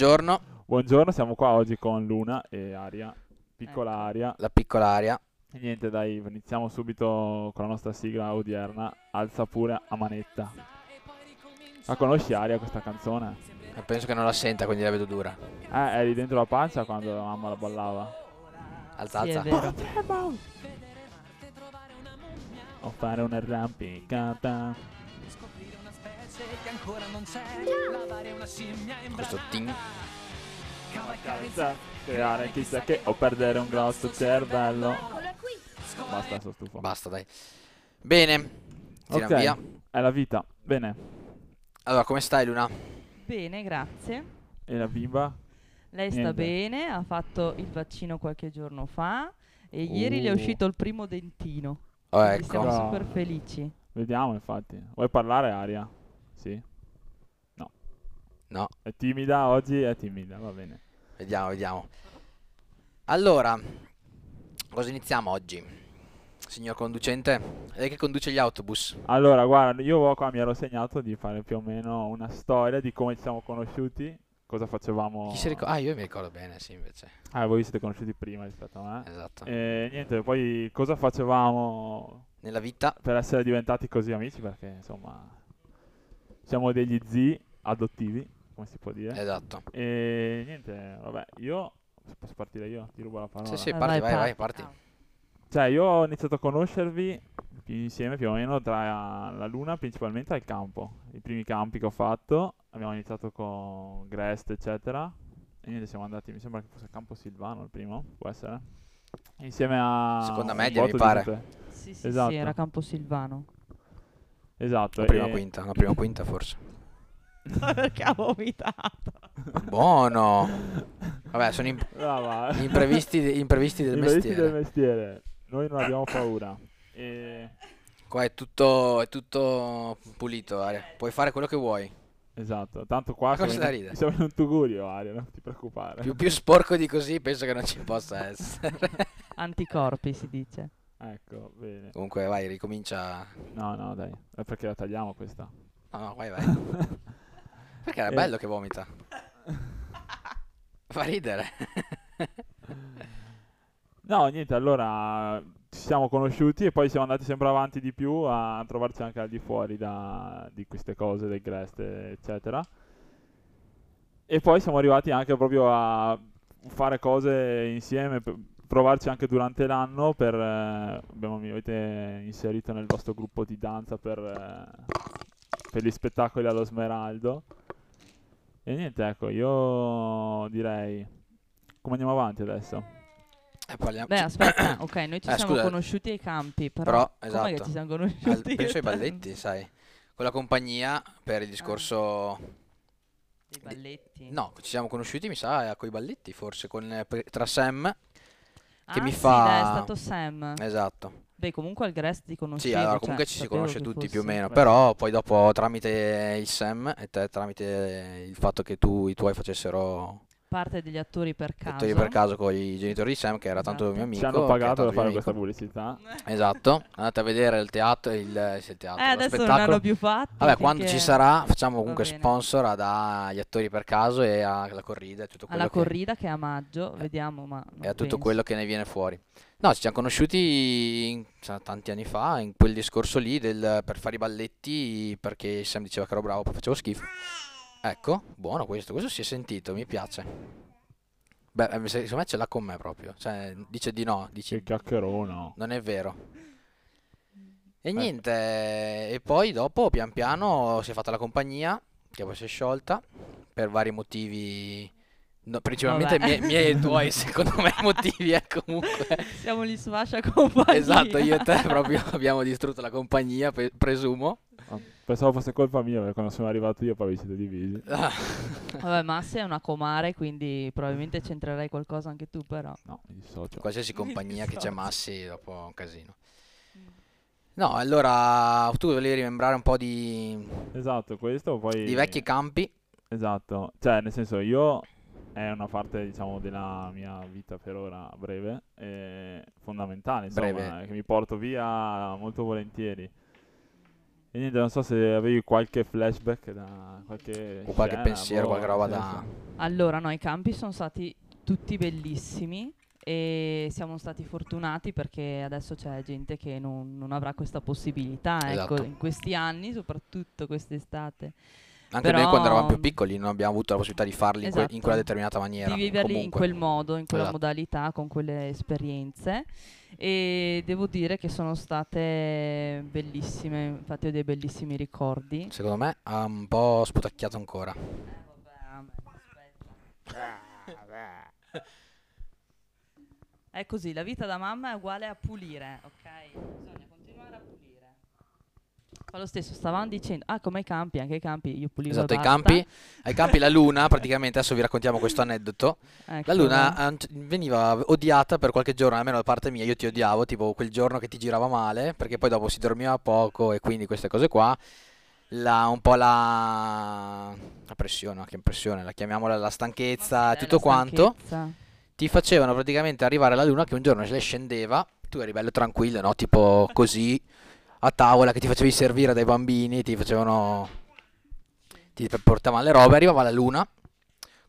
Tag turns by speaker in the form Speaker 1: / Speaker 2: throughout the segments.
Speaker 1: Buongiorno,
Speaker 2: Buongiorno, siamo qua oggi con Luna e Aria, piccola
Speaker 3: Ecco.
Speaker 2: Aria.
Speaker 1: la piccola aria.
Speaker 2: E niente, dai, iniziamo subito con la nostra sigla odierna, Alza pure a manetta. La conosci Aria questa canzone?
Speaker 1: Penso che non la senta, quindi la vedo dura.
Speaker 2: Eh, eri dentro la pancia quando la mamma la ballava.
Speaker 1: Alza,
Speaker 3: Sì, è
Speaker 1: alza.
Speaker 3: vero.
Speaker 2: O fare un'arrampicata.
Speaker 4: Scoprire una specie che ancora non c'è. Lavare una scimmia in
Speaker 1: Questo ting.
Speaker 4: Cavalcare il
Speaker 2: Senza creare chissà che o perdere un grosso cervello. Basta, sono stufo.
Speaker 1: Basta, dai. Bene, tira
Speaker 2: Ok.
Speaker 1: via.
Speaker 2: È la vita. Bene.
Speaker 1: Allora, come stai, Luna?
Speaker 3: Bene, grazie.
Speaker 2: E la bimba?
Speaker 3: Lei sta
Speaker 2: Niente.
Speaker 3: bene, ha fatto il vaccino qualche giorno fa e ieri le è
Speaker 2: Uh.
Speaker 3: uscito il primo dentino.
Speaker 1: Oh,
Speaker 3: quindi Siamo
Speaker 1: ecco. Eh,
Speaker 2: No.
Speaker 3: super felici.
Speaker 2: Vediamo, infatti. Vuoi parlare, Aria? Sì. No.
Speaker 1: No.
Speaker 2: È timida oggi, è timida, va bene.
Speaker 1: Vediamo, vediamo. Allora, cosa iniziamo oggi? Signor conducente, lei che conduce gli autobus.
Speaker 2: Allora, guarda, io qua mi ero segnato di fare più o meno una storia di come ci siamo conosciuti, cosa facevamo...
Speaker 1: Chi si ricorda? Ah, io mi ricordo bene, sì, invece.
Speaker 2: Ah, voi vi siete conosciuti prima rispetto a
Speaker 3: Eh.
Speaker 2: me.
Speaker 1: Esatto.
Speaker 2: E niente, poi cosa facevamo
Speaker 1: Nella vita,
Speaker 2: per essere diventati così amici? Perché, insomma, siamo degli zii adottivi, come si può dire.
Speaker 1: esatto.
Speaker 2: E niente, vabbè, io... Posso partire io? Ti rubo la parola.
Speaker 1: Sì, sì,
Speaker 3: Ah,
Speaker 1: parti, vai, vai,
Speaker 3: parti.
Speaker 1: parti.
Speaker 2: Cioè, io ho iniziato a conoscervi più insieme più o meno tra la Luna, principalmente al campo. I primi campi che ho fatto, abbiamo iniziato con Grest, eccetera. E niente, siamo andati, mi sembra che fosse Campo Silvano il primo, può essere. Insieme a...
Speaker 1: Seconda
Speaker 2: un
Speaker 1: media, mi
Speaker 2: botto di
Speaker 1: pare.
Speaker 2: gente.
Speaker 3: Sì, sì, sì,
Speaker 2: Esatto.
Speaker 3: era Camposilvano.
Speaker 2: Esatto.
Speaker 1: La prima
Speaker 2: e-
Speaker 1: quinta, la prima quinta forse.
Speaker 3: Perché ha vomitato.
Speaker 1: Buono! Boh. Vabbè, sono imp-
Speaker 2: Brava.
Speaker 1: gli imprevisti, gli imprevisti del
Speaker 2: I
Speaker 1: mestiere.
Speaker 2: vestiti del mestiere. Noi non abbiamo paura. E...
Speaker 1: Qua è tutto, è tutto pulito, Aria. Puoi fare quello che vuoi.
Speaker 2: Esatto, tanto qua
Speaker 1: Ma cosa
Speaker 2: siamo
Speaker 1: da
Speaker 2: in,
Speaker 1: ridere?
Speaker 2: siamo in un tugurio, Aria, non ti preoccupare.
Speaker 1: Più, più sporco di così penso che non ci possa essere.
Speaker 3: Anticorpi si dice.
Speaker 2: Ecco, bene.
Speaker 1: Comunque, vai, ricomincia.
Speaker 2: No, no, dai, è perché la tagliamo questa.
Speaker 1: No, no, vai, vai. Perché era
Speaker 2: Eh.
Speaker 1: bello che vomita. Fa ridere. Eh,
Speaker 2: No, niente, allora ci siamo conosciuti e poi siamo andati sempre avanti di più a trovarci anche al di fuori da, di queste cose, del Grest, eccetera. E poi siamo arrivati anche proprio a fare cose insieme, p- provarci anche durante l'anno per... eh, abbiamo- mi avete inserito nel vostro gruppo di danza per, eh, per gli spettacoli allo Smeraldo. E niente, ecco, io direi... Come andiamo avanti adesso?
Speaker 1: Eh, parliamo.
Speaker 3: Beh,
Speaker 1: ci-
Speaker 3: aspetta, ok, noi ci
Speaker 1: Eh,
Speaker 3: siamo
Speaker 1: scusa.
Speaker 3: conosciuti ai campi, però,
Speaker 1: Però,
Speaker 3: com'è che
Speaker 1: esatto.
Speaker 3: ci siamo
Speaker 1: al-
Speaker 3: conosciuti?
Speaker 1: penso ai balletti, sai. Con la compagnia per il
Speaker 3: Ah.
Speaker 1: discorso.
Speaker 3: I balletti.
Speaker 1: No, ci siamo conosciuti, mi sa, con i balletti, forse. Con, eh, pre- tra Sam. che
Speaker 3: Ah,
Speaker 1: mi
Speaker 3: sì,
Speaker 1: fa-
Speaker 3: dai, è stato Sam.
Speaker 1: Esatto.
Speaker 3: Beh, comunque al Grest ti
Speaker 1: Sì,
Speaker 3: conoscevo.
Speaker 1: allora
Speaker 3: cioè,
Speaker 1: comunque ci si
Speaker 3: sapevo
Speaker 1: conosce
Speaker 3: che
Speaker 1: tutti più o
Speaker 3: fossi-
Speaker 1: meno,
Speaker 2: Beh.
Speaker 1: però poi dopo tramite il Sam e te tramite il fatto che tu i tuoi facessero
Speaker 3: Parte degli attori per caso. Eh,
Speaker 1: lettori per caso con i genitori di Sam che era tanto mio
Speaker 3: Esatto.
Speaker 1: amico,
Speaker 2: Ci hanno
Speaker 1: che è
Speaker 2: pagato
Speaker 1: tanto
Speaker 2: per
Speaker 1: mio
Speaker 2: fare
Speaker 1: amico.
Speaker 2: questa pubblicità.
Speaker 1: Esatto, andate a vedere il teatro, il, sì, il teatro,
Speaker 3: Eh,
Speaker 1: lo
Speaker 3: adesso non
Speaker 1: spettacolo.
Speaker 3: hanno più fatto.
Speaker 1: Vabbè, quando ci
Speaker 3: finché-
Speaker 1: sarà facciamo comunque
Speaker 3: bene.
Speaker 1: sponsor ad- agli attori per caso e alla corrida e tutto quello
Speaker 3: Alla
Speaker 1: che
Speaker 3: corrida che è a maggio, vediamo, ma non
Speaker 1: e a tutto
Speaker 3: penso.
Speaker 1: quello che ne viene fuori. No, ci siamo conosciuti in- sa- tanti anni fa, in quel discorso lì del, per fare i balletti, perché Sam diceva che ero bravo, poi facevo schifo. Ecco, buono questo, questo si è sentito, mi piace. Beh, eh, se- secondo me ce l'ha con me proprio, cioè dice di no, dice
Speaker 2: Che chiacchierone.
Speaker 1: non è vero. E niente, e poi dopo pian piano si è fatta la compagnia, che poi si è sciolta, per vari motivi, no, principalmente
Speaker 3: Vabbè.
Speaker 1: mie- miei e tuoi, secondo me, motivi, eh, comunque.
Speaker 3: Siamo gli sfascia compagnia.
Speaker 1: Esatto, io e te proprio abbiamo distrutto la compagnia, pe- presumo.
Speaker 2: Ah, Pensavo fosse colpa mia perché quando sono arrivato io poi vi siete divisi.
Speaker 1: Ah,
Speaker 3: Vabbè, Massi è una comare, quindi probabilmente c'entrerai qualcosa anche tu, però.
Speaker 2: No, mi dissocio.
Speaker 1: Qualsiasi compagnia che c'è
Speaker 3: dissocio.
Speaker 1: Massi, dopo è un casino. No, allora, tu volevi rimembrare un po' di,
Speaker 2: Esatto, questo poi...
Speaker 1: di vecchi campi.
Speaker 2: Esatto, cioè nel senso io è una parte diciamo della mia vita per ora breve, eh, fondamentale insomma,
Speaker 1: Breve.
Speaker 2: che mi porto via molto volentieri. E niente, non so se avevi qualche flashback da qualche.
Speaker 1: O qualche
Speaker 2: scena,
Speaker 1: pensiero,
Speaker 2: boh,
Speaker 1: qualche roba
Speaker 2: nel
Speaker 1: da...
Speaker 2: senso.
Speaker 3: Allora, no, i campi sono stati tutti bellissimi e siamo stati fortunati perché adesso c'è gente che non, non avrà questa possibilità, ecco,
Speaker 1: Esatto.
Speaker 3: in questi anni, soprattutto quest'estate,
Speaker 1: Anche noi
Speaker 3: Però-
Speaker 1: quando eravamo più piccoli non abbiamo avuto la possibilità di farli in, que- in
Speaker 3: Esatto.
Speaker 1: quella determinata maniera.
Speaker 3: di viverli in
Speaker 1: comunque.
Speaker 3: quel modo, in quella
Speaker 1: Esatto.
Speaker 3: modalità, con quelle esperienze e devo dire che sono state bellissime, infatti ho dei bellissimi ricordi. Eh,
Speaker 1: Secondo me ha un po' sputacchiato ancora.
Speaker 3: È così, la vita da mamma è uguale a pulire, ok? Bisogna continuare a pulire. Fa lo stesso, stavamo dicendo, ah come i campi, anche i campi, io pulivo
Speaker 1: Esatto,
Speaker 3: e
Speaker 1: ai
Speaker 3: basta.
Speaker 1: campi, ai campi la luna, praticamente adesso vi raccontiamo questo aneddoto.
Speaker 3: Ecco,
Speaker 1: La luna a un c- veniva odiata per qualche giorno, almeno da parte mia, io ti odiavo, tipo quel giorno che ti girava male, perché poi dopo si dormiva poco e quindi queste cose qua, la, un po' la, la pressione, no, che pressione, la chiamiamola la stanchezza,
Speaker 3: ma sì, dai,
Speaker 1: tutto
Speaker 3: la
Speaker 1: quanto,
Speaker 3: stanchezza.
Speaker 1: ti facevano praticamente arrivare alla luna che un giorno se le scendeva, tu eri bello tranquillo, no? Tipo così, a tavola che ti facevi servire dai bambini, ti facevano... ti portavano le robe, arrivava la luna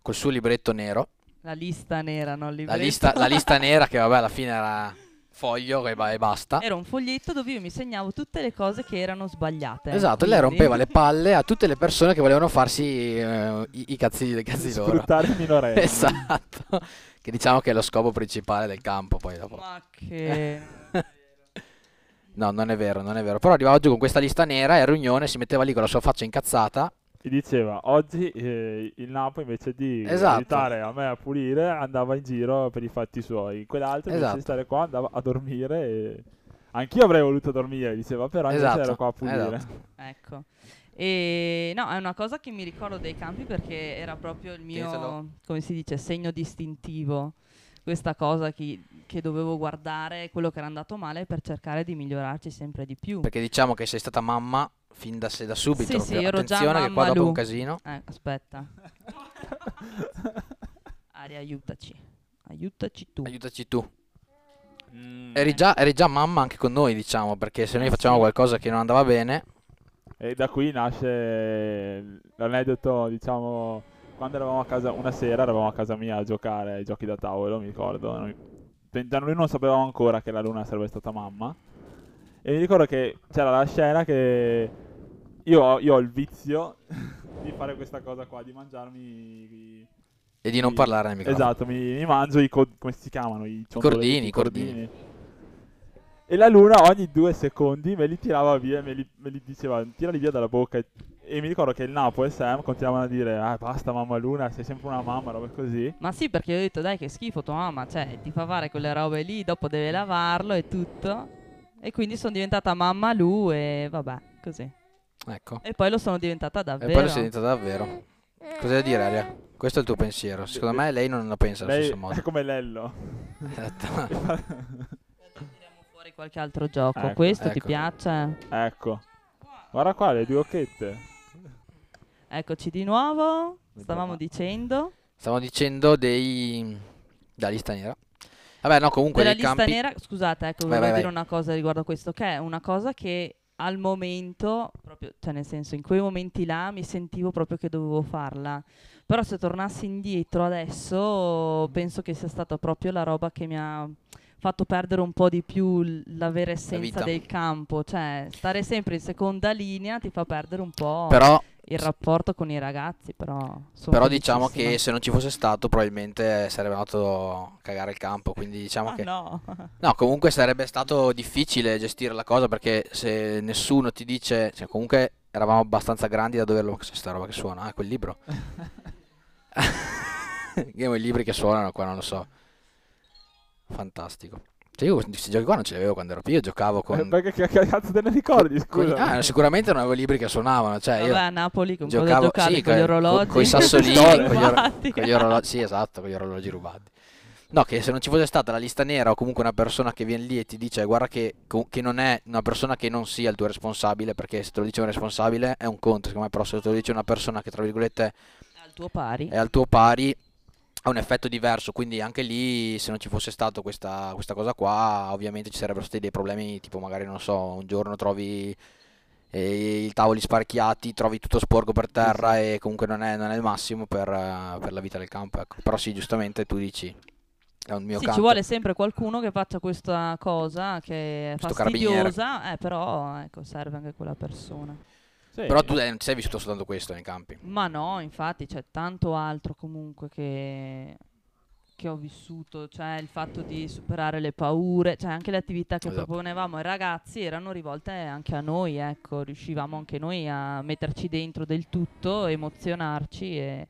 Speaker 1: col suo libretto nero
Speaker 3: La lista nera, non il
Speaker 1: la
Speaker 3: libretto.
Speaker 1: lista, la lista nera che vabbè alla fine era foglio e, ba- e basta.
Speaker 3: Era un foglietto dove io mi segnavo tutte le cose che erano sbagliate.
Speaker 1: Esatto, lei
Speaker 3: quindi-
Speaker 1: rompeva le palle a tutte le persone che volevano farsi eh, i, i cazzi dei cazzi loro.
Speaker 2: Sfruttare i minorenni.
Speaker 1: Esatto, che diciamo che è lo scopo principale del campo poi dopo.
Speaker 3: Ma che...
Speaker 1: No, non è vero, non è vero. Però arrivava giù con questa lista nera e Rugnone si metteva lì con la sua faccia incazzata.
Speaker 2: Ti diceva, oggi eh, il Napo invece di
Speaker 1: Esatto.
Speaker 2: aiutare a me a pulire andava in giro per i fatti suoi, quell'altro invece
Speaker 1: Esatto.
Speaker 2: di stare qua andava a dormire e... Anch'io avrei voluto dormire, diceva, però invece
Speaker 1: Esatto,
Speaker 2: ero qua a pulire.
Speaker 1: esatto.
Speaker 3: Ecco. E no, è una cosa che mi ricordo dei campi perché era proprio il mio,
Speaker 1: Tienitelo.
Speaker 3: come si dice, segno distintivo. Questa cosa chi- che dovevo guardare quello che era andato male per cercare di migliorarci sempre di più.
Speaker 1: Perché diciamo che sei stata mamma fin da, se- da subito.
Speaker 3: Sì, sì,
Speaker 1: proprio.
Speaker 3: ero già
Speaker 1: Attenzione che
Speaker 3: mamma
Speaker 1: qua dopo è un
Speaker 3: Lu.
Speaker 1: casino.
Speaker 3: Eh, aspetta. Aria, aiutaci. Aiutaci tu.
Speaker 1: Aiutaci tu. Eri già, eri già mamma anche con noi, diciamo, perché se noi
Speaker 3: Eh,
Speaker 1: facevamo
Speaker 3: sì.
Speaker 1: qualcosa che non andava bene,
Speaker 2: E da qui nasce l'aneddoto, diciamo, quando eravamo a casa, una sera eravamo a casa mia a giocare ai giochi da tavolo, mi ricordo. Noi, pe- da noi non sapevamo ancora che la Luna sarebbe stata mamma. E mi ricordo che c'era la scena che io ho, io ho il vizio di fare questa cosa qua, di mangiarmi... i-
Speaker 1: e di non
Speaker 2: i-
Speaker 1: parlare nel microfono.
Speaker 2: Esatto, mi, mi mangio i... co- come si chiamano? I
Speaker 1: Cordini,
Speaker 2: ciondoletti, i
Speaker 1: cordini.
Speaker 2: E la luna ogni due secondi me li tirava via, me li, me li diceva tirali via dalla bocca. E mi ricordo che il Napo e Sam continuavano a dire ah basta mamma luna, sei sempre una mamma, roba così.
Speaker 3: Ma sì, perché io ho detto dai che schifo tua mamma, cioè ti fa fare quelle robe lì, dopo deve lavarlo e tutto. E quindi sono diventata mamma Lu e vabbè, così.
Speaker 1: Ecco.
Speaker 3: E poi lo sono diventata
Speaker 1: E
Speaker 3: davvero.
Speaker 1: poi lo sei diventata davvero. Cosa da dire, Aria? Questo è il tuo pensiero. Secondo me lei non la pensa allo
Speaker 2: Lei
Speaker 1: stesso
Speaker 2: è
Speaker 1: modo.
Speaker 2: come Lello.
Speaker 1: Esatto.
Speaker 3: Tiriamo fuori qualche altro gioco.
Speaker 2: Ecco,
Speaker 3: Questo ti
Speaker 1: ecco.
Speaker 3: piace?
Speaker 2: ecco. Guarda qua le due occhette.
Speaker 3: Eccoci di nuovo. Stavamo
Speaker 2: qua.
Speaker 3: dicendo
Speaker 1: Stavo dicendo dei... da lista nera. Vabbè, no, comunque
Speaker 3: della
Speaker 1: dei
Speaker 3: lista
Speaker 1: campi...
Speaker 3: nera. Scusate, ecco,
Speaker 1: Vai,
Speaker 3: volevo
Speaker 1: vai,
Speaker 3: dire
Speaker 1: vai.
Speaker 3: una cosa riguardo a questo, che è una cosa che al momento, proprio, cioè nel senso, in quei momenti là mi sentivo proprio che dovevo farla. Però se tornassi indietro adesso, penso che sia stata proprio la roba che mi ha fatto perdere un po' di più l- la vera essenza
Speaker 1: vita.
Speaker 3: del campo. Cioè, stare sempre in seconda linea ti fa perdere un po'.
Speaker 1: Però,
Speaker 3: il rapporto con i ragazzi, però. sono
Speaker 1: però diciamo
Speaker 3: felicissima.
Speaker 1: che se non ci fosse stato probabilmente sarebbe andato a cagare il campo, quindi diciamo
Speaker 3: Ah,
Speaker 1: che...
Speaker 3: no.
Speaker 1: No, comunque sarebbe stato difficile gestire la cosa perché se nessuno ti dice, cioè comunque eravamo abbastanza grandi da doverlo, cos'è sta roba che suona? Ah, quel libro. Io i libri che suonano qua non lo so. Fantastico. Cioè, io questi giochi qua non ce li avevo quando ero più, io giocavo con...
Speaker 2: Eh, perché che cazzo te ne ricordi,
Speaker 1: con-
Speaker 2: scusa?
Speaker 1: ah, sicuramente non avevo libri che suonavano, cioè
Speaker 3: Vabbè,
Speaker 1: io
Speaker 3: a Napoli con
Speaker 1: giocavo-
Speaker 3: cosa giocare
Speaker 1: sì,
Speaker 3: con gli
Speaker 1: co-
Speaker 3: orologi.
Speaker 1: co- coi sassolini,
Speaker 2: con
Speaker 1: gli oro-
Speaker 3: Infatti.
Speaker 1: con gli orologi, sì, esatto, con gli orologi rubati. No, che se non ci fosse stata la lista nera o comunque una persona che viene lì e ti dice guarda che, co- che non è una persona che non sia il tuo responsabile, perché se te lo dice un responsabile è un conto, secondo me, però se te lo dice una persona che tra virgolette
Speaker 3: Al tuo pari.
Speaker 1: è al tuo pari ha un effetto diverso, quindi anche lì se non ci fosse stata questa, questa cosa qua ovviamente ci sarebbero stati dei problemi, tipo magari non so, un giorno trovi e i tavoli sparchiati, trovi tutto sporco per terra e comunque non è, non è il massimo per, eh, per la vita del campo. Ecco. Però sì, giustamente tu dici, è un mio
Speaker 3: Sì, ci
Speaker 1: campo.
Speaker 3: vuole sempre qualcuno che faccia questa cosa che è
Speaker 1: Questo
Speaker 3: fastidiosa, eh, però ecco, serve anche quella persona.
Speaker 2: Sì,
Speaker 1: Però tu eh, non ti sei vissuto soltanto questo nei campi.
Speaker 3: Ma no, infatti c'è tanto altro comunque che, che ho vissuto, cioè il fatto di superare le paure, cioè anche le attività che
Speaker 1: Esatto.
Speaker 3: proponevamo ai ragazzi erano rivolte anche a noi, ecco, riuscivamo anche noi a metterci dentro del tutto, emozionarci e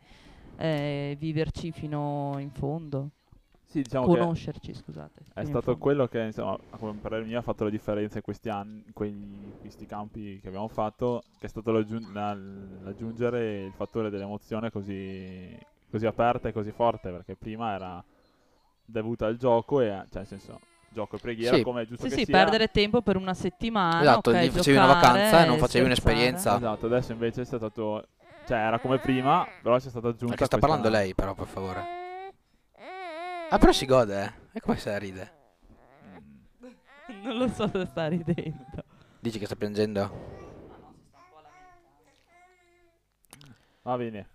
Speaker 3: eh, viverci fino in fondo,
Speaker 2: sì, diciamo che-
Speaker 3: conoscerci, scusate. fino
Speaker 2: È
Speaker 3: in
Speaker 2: stato
Speaker 3: fondo.
Speaker 2: quello che, insomma, a quel parere mio ha fatto la differenza in questi anni, in quegli- questi campi che abbiamo fatto, che è stato l'aggiun- la- l'aggiungere il fattore dell'emozione così, così aperta e così forte, perché prima era dovuta al gioco, e, cioè nel senso, gioco e preghiera,
Speaker 1: Sì.
Speaker 2: come è giusto
Speaker 3: Sì,
Speaker 2: che
Speaker 3: sì,
Speaker 2: sia.
Speaker 3: perdere tempo per una settimana.
Speaker 1: Esatto,
Speaker 3: ok,
Speaker 1: gli facevi una
Speaker 3: giocare,
Speaker 1: vacanza e non facevi
Speaker 3: scherzare.
Speaker 1: un'esperienza.
Speaker 2: Esatto, adesso invece è stato, cioè era come prima, però c'è stata aggiunta
Speaker 1: Perché sta
Speaker 2: questa-
Speaker 1: parlando lei, però, per favore. Ah, però si gode, eh. E come se ride?
Speaker 2: Mm.
Speaker 3: Non lo so se sta ridendo.
Speaker 1: Dici che sta piangendo?
Speaker 2: Va bene,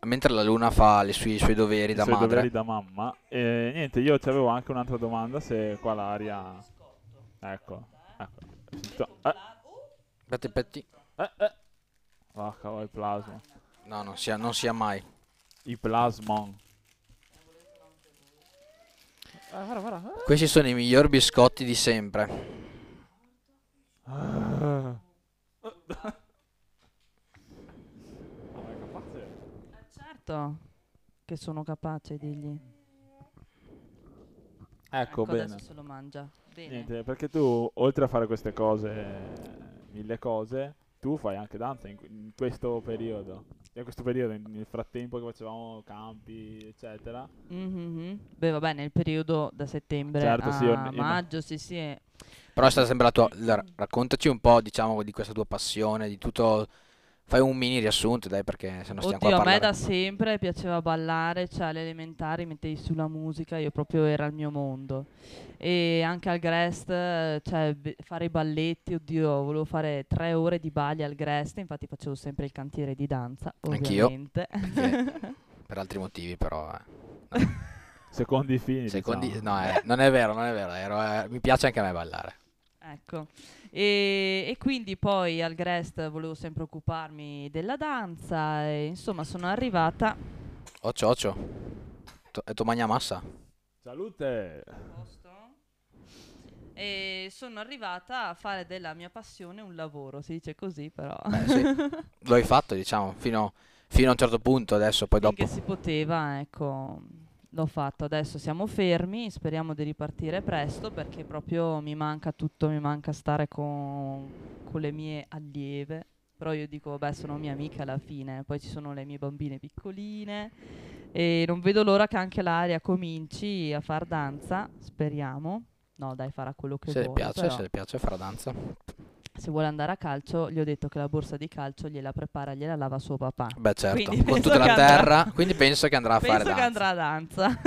Speaker 1: Mentre la luna fa le sue- i suoi doveri da
Speaker 2: i suoi
Speaker 1: madre.
Speaker 2: doveri da mamma. E niente, io avevo anche un'altra domanda, se qua l'aria... Ecco, ecco. Sento- eh,
Speaker 1: Petti, petti.
Speaker 2: eh, eh. Ah, cavolo, il plasma.
Speaker 1: No, non sia, non sia mai.
Speaker 2: I plasmon. Ah, guarda, guarda.
Speaker 1: Questi sono i miglior biscotti di sempre.
Speaker 2: Ah. Ah, ma è capace.
Speaker 3: Certo che sono capace di dirgli.
Speaker 2: Ecco, bene.
Speaker 3: adesso se lo mangia. Bene.
Speaker 2: Niente, perché tu, oltre a fare queste cose, mille cose, tu fai anche danza in, que- in questo periodo. In questo periodo, in- nel frattempo che facevamo campi, eccetera.
Speaker 3: Mhm. Beh, vabbè, nel periodo da settembre
Speaker 2: Certo,
Speaker 3: a
Speaker 2: sì, ogni-
Speaker 3: maggio, sì, sì. eh.
Speaker 1: Però è stata sempre la tua... allora, raccontaci un po', diciamo, di questa tua passione, di tutto... Fai un mini riassunto, dai, perché se no stiamo
Speaker 3: Oddio,
Speaker 1: qua a
Speaker 3: a me
Speaker 1: parlare.
Speaker 3: da sempre piaceva ballare, cioè alle elementari mettevi sulla musica, io proprio era il mio mondo. E anche al Grest, eh, cioè be- fare i balletti, oddio, volevo fare tre ore di balli al Grest, infatti facevo sempre il cantiere di danza,
Speaker 1: Anch'io.
Speaker 3: ovviamente.
Speaker 1: Perché- Per altri motivi, però... eh.
Speaker 2: Secondo i fini.
Speaker 1: Secondi-
Speaker 2: diciamo.
Speaker 1: No, eh, non è vero, non è vero. ero, eh, mi piace anche a me ballare.
Speaker 3: Ecco, e, e quindi poi al Grest volevo sempre occuparmi della danza e insomma sono arrivata...
Speaker 1: Occio, occio. To- è tua magna massa.
Speaker 2: Salute!
Speaker 3: E sono arrivata a fare della mia passione un lavoro, si dice così però,
Speaker 1: Eh, sì. Lo hai fatto, diciamo, fino, fino a un certo punto adesso, poi dopo.
Speaker 3: finché si poteva, ecco, l'ho fatto. Adesso siamo fermi, speriamo di ripartire presto perché proprio mi manca tutto, mi manca stare con, con le mie allieve. Però io dico, beh, sono mia amica alla fine, poi ci sono le mie bambine piccoline e non vedo l'ora che anche l'aria cominci a far danza, speriamo. No, dai, farà quello che
Speaker 1: Se le
Speaker 3: vuole.
Speaker 1: piace,
Speaker 3: però.
Speaker 1: se le piace, farà danza.
Speaker 3: se vuole andare a calcio, gli ho detto che la borsa di calcio gliela prepara, gliela lava suo papà.
Speaker 1: Beh, certo,
Speaker 3: Quindi
Speaker 1: con
Speaker 3: penso
Speaker 1: tutta
Speaker 3: che
Speaker 1: la
Speaker 3: andrà-
Speaker 1: terra, quindi penso che andrà a fare
Speaker 3: Penso che
Speaker 1: danza.
Speaker 3: andrà a danza.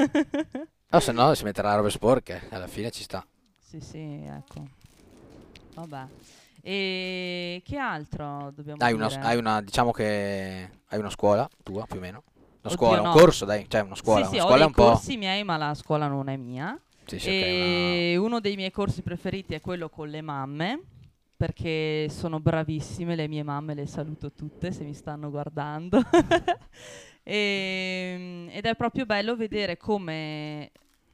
Speaker 1: O Oh, se no si metterà robe sporche, alla fine ci sta.
Speaker 3: sì, sì, ecco. Vabbè. E che altro dobbiamo
Speaker 1: Hai una,
Speaker 3: dire?
Speaker 1: hai una- diciamo che hai una scuola tua più o meno. Una
Speaker 3: Oddio,
Speaker 1: scuola,
Speaker 3: no.
Speaker 1: un corso, dai, cioè una scuola,
Speaker 3: sì, sì,
Speaker 1: una
Speaker 3: ho
Speaker 1: scuola
Speaker 3: dei
Speaker 1: è un po'.
Speaker 3: corsi miei, ma la scuola non è mia.
Speaker 1: Sì, sì, ok, una-
Speaker 3: E uno dei miei corsi preferiti è quello con le mamme, perché sono bravissime, le mie mamme le saluto tutte se mi stanno guardando. Ehm, ed è proprio bello vedere come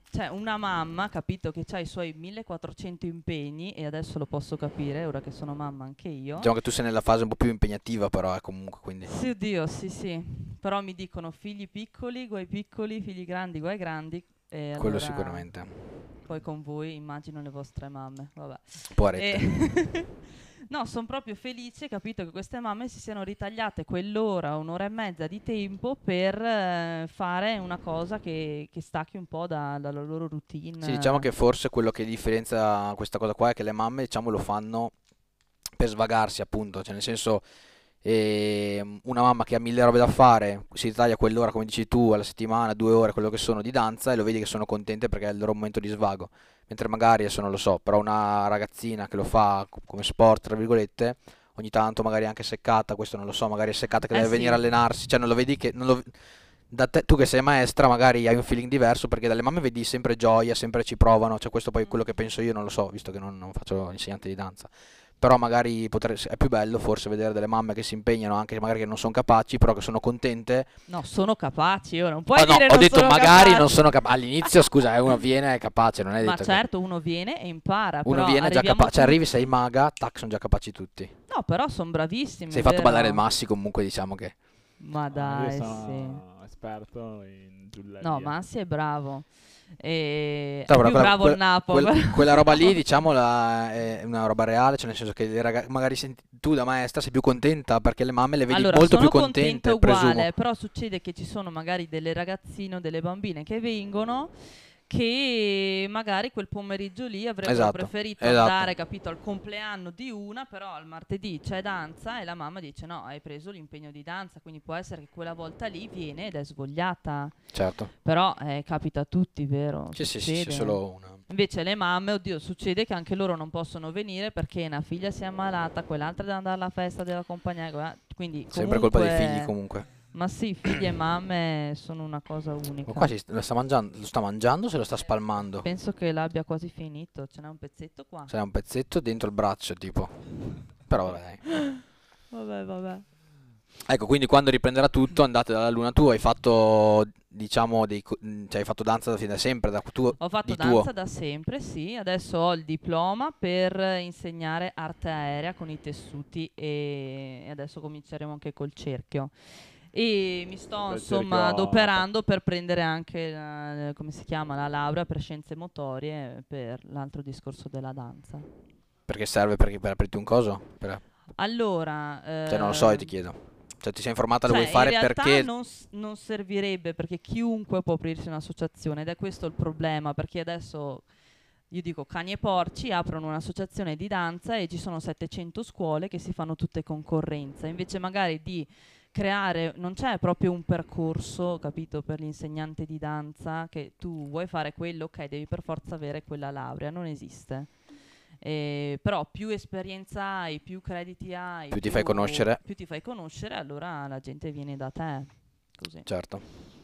Speaker 3: cioè, una mamma, capito, che ha i suoi 1400 impegni, e adesso lo posso capire, ora che sono mamma anche io.
Speaker 1: Diciamo che tu sei nella fase un po' più impegnativa, però, eh, comunque, quindi.
Speaker 3: Sì, oddio, sì, sì. Però mi dicono figli piccoli, guai piccoli, figli grandi, guai grandi. e
Speaker 1: Quello
Speaker 3: allora
Speaker 1: sicuramente. Un
Speaker 3: Poi con voi immagino le vostre mamme. Vabbè.
Speaker 1: po' a rete.
Speaker 3: Eh, E- no, sono proprio felice, e capito che queste mamme si siano ritagliate quell'ora, un'ora e mezza di tempo per eh, fare una cosa che, che stacchi un po' da- dalla loro routine.
Speaker 1: Sì, diciamo che forse quello che differenzia questa cosa qua è che le mamme, diciamo, lo fanno per svagarsi, appunto, cioè nel senso e una mamma che ha mille robe da fare, si taglia quell'ora, come dici tu, alla settimana, due ore, quello che sono di danza e lo vedi che sono contente perché è il loro momento di svago. Mentre magari, adesso non lo so, però una ragazzina che lo fa co- come sport, tra virgolette, ogni tanto magari è anche seccata, questo non lo so, magari è seccata che
Speaker 3: Eh
Speaker 1: deve
Speaker 3: sì.
Speaker 1: venire a allenarsi, cioè non lo vedi che... non lo- da te- tu che sei maestra magari hai un feeling diverso perché dalle mamme vedi sempre gioia, sempre ci provano, cioè questo poi è quello che penso io, non lo so, visto che non, non faccio insegnante di danza. Però magari potre- è più bello forse vedere delle mamme che si impegnano, anche magari che non sono capaci, però che sono contente.
Speaker 3: No, sono capaci, io non puoi
Speaker 1: Ah, no,
Speaker 3: dire
Speaker 1: ho
Speaker 3: non
Speaker 1: detto
Speaker 3: sono
Speaker 1: magari
Speaker 3: capaci.
Speaker 1: non sono capace. All'inizio, scusa, eh, uno viene è capace, non è
Speaker 3: Ma
Speaker 1: detto che-
Speaker 3: certo, uno viene e impara.
Speaker 1: Uno
Speaker 3: Ah, però
Speaker 1: viene già
Speaker 3: arriviamo
Speaker 1: capace, cioè
Speaker 3: tutti-
Speaker 1: arrivi, sei maga, tac, sono già capaci tutti.
Speaker 3: No, però sono bravissimi.
Speaker 1: Sei fatto
Speaker 3: Mm, vero?
Speaker 1: ballare il massi comunque diciamo che...
Speaker 3: Ma
Speaker 2: Ah,
Speaker 3: dai,
Speaker 2: io
Speaker 3: sì.
Speaker 2: sono esperto in giullaria.
Speaker 3: No, Massi è bravo. E... È
Speaker 1: Però
Speaker 3: più
Speaker 1: quella-
Speaker 3: bravo il
Speaker 1: quella-
Speaker 3: Napoli.
Speaker 1: quella- quella roba lì, diciamo, la- è una roba reale, cioè nel senso che le raga- magari senti- tu da maestra sei più contenta perché le mamme le vedi
Speaker 3: Allora,
Speaker 1: molto
Speaker 3: sono
Speaker 1: più contente,
Speaker 3: uguale,
Speaker 1: presumo.
Speaker 3: però succede che ci sono magari delle ragazzine o delle bambine che vengono che magari quel pomeriggio lì avrebbero
Speaker 1: Esatto,
Speaker 3: preferito
Speaker 1: esatto.
Speaker 3: andare, capito, al compleanno di una, però al martedì c'è danza e la mamma dice "No, hai preso l'impegno di danza, quindi può essere che quella volta lì viene ed è svogliata".
Speaker 1: Certo.
Speaker 3: Però eh, capita a tutti, vero?
Speaker 1: Sì, sì, sì, sì,
Speaker 3: Succede.
Speaker 1: solo una.
Speaker 3: Invece le mamme, oddio, succede che anche loro non possono venire perché una figlia si è ammalata, quell'altra deve andare alla festa della compagnia, quella- quindi
Speaker 1: Sempre colpa dei
Speaker 3: comunque-
Speaker 1: figli comunque.
Speaker 3: Ma sì, figli e mamme sono una cosa unica.
Speaker 1: Ma qua si st- lo sta mangiando, lo sta mangiando o se lo sta spalmando?
Speaker 3: Penso che l'abbia quasi finito, ce n'è un pezzetto qua.
Speaker 1: C'è un pezzetto dentro il braccio, tipo. Però vabbè. dai.
Speaker 3: Vabbè, vabbè.
Speaker 1: Ecco, quindi quando riprenderà tutto andate dalla luna. Tu hai fatto, diciamo, dei, co- mh, cioè hai fatto danza da, fin da sempre, da tu,
Speaker 3: Ho fatto
Speaker 1: di
Speaker 3: danza
Speaker 1: tuo.
Speaker 3: da sempre, sì, adesso ho il diploma per eh, insegnare arte aerea con i tessuti e e adesso cominceremo anche col cerchio. E mi sto
Speaker 2: Col
Speaker 3: insomma
Speaker 2: cerchio-
Speaker 3: adoperando per prendere anche la, come si chiama, la laurea per scienze motorie eh, per l'altro discorso della danza.
Speaker 1: Perché serve perché per aprirti un coso? Per-
Speaker 3: Allora,
Speaker 1: cioè non lo so, io ti
Speaker 3: ehm,
Speaker 1: chiedo. Cioè ti sei informata, lo
Speaker 3: Cioè,
Speaker 1: vuoi fare
Speaker 3: in realtà
Speaker 1: perché...
Speaker 3: non, s- non servirebbe perché chiunque può aprirsi un'associazione ed è questo il problema perché adesso io dico cani e porci aprono un'associazione di danza e ci sono 700 scuole che si fanno tutte concorrenza invece magari di creare non c'è proprio un percorso capito per l'insegnante di danza che tu vuoi fare quello ok devi per forza avere quella laurea non esiste Eh, però più esperienza hai, più crediti hai,
Speaker 1: Più ti fai conoscere.
Speaker 3: più ti fai conoscere, allora la gente viene da te. Così.
Speaker 1: Certo.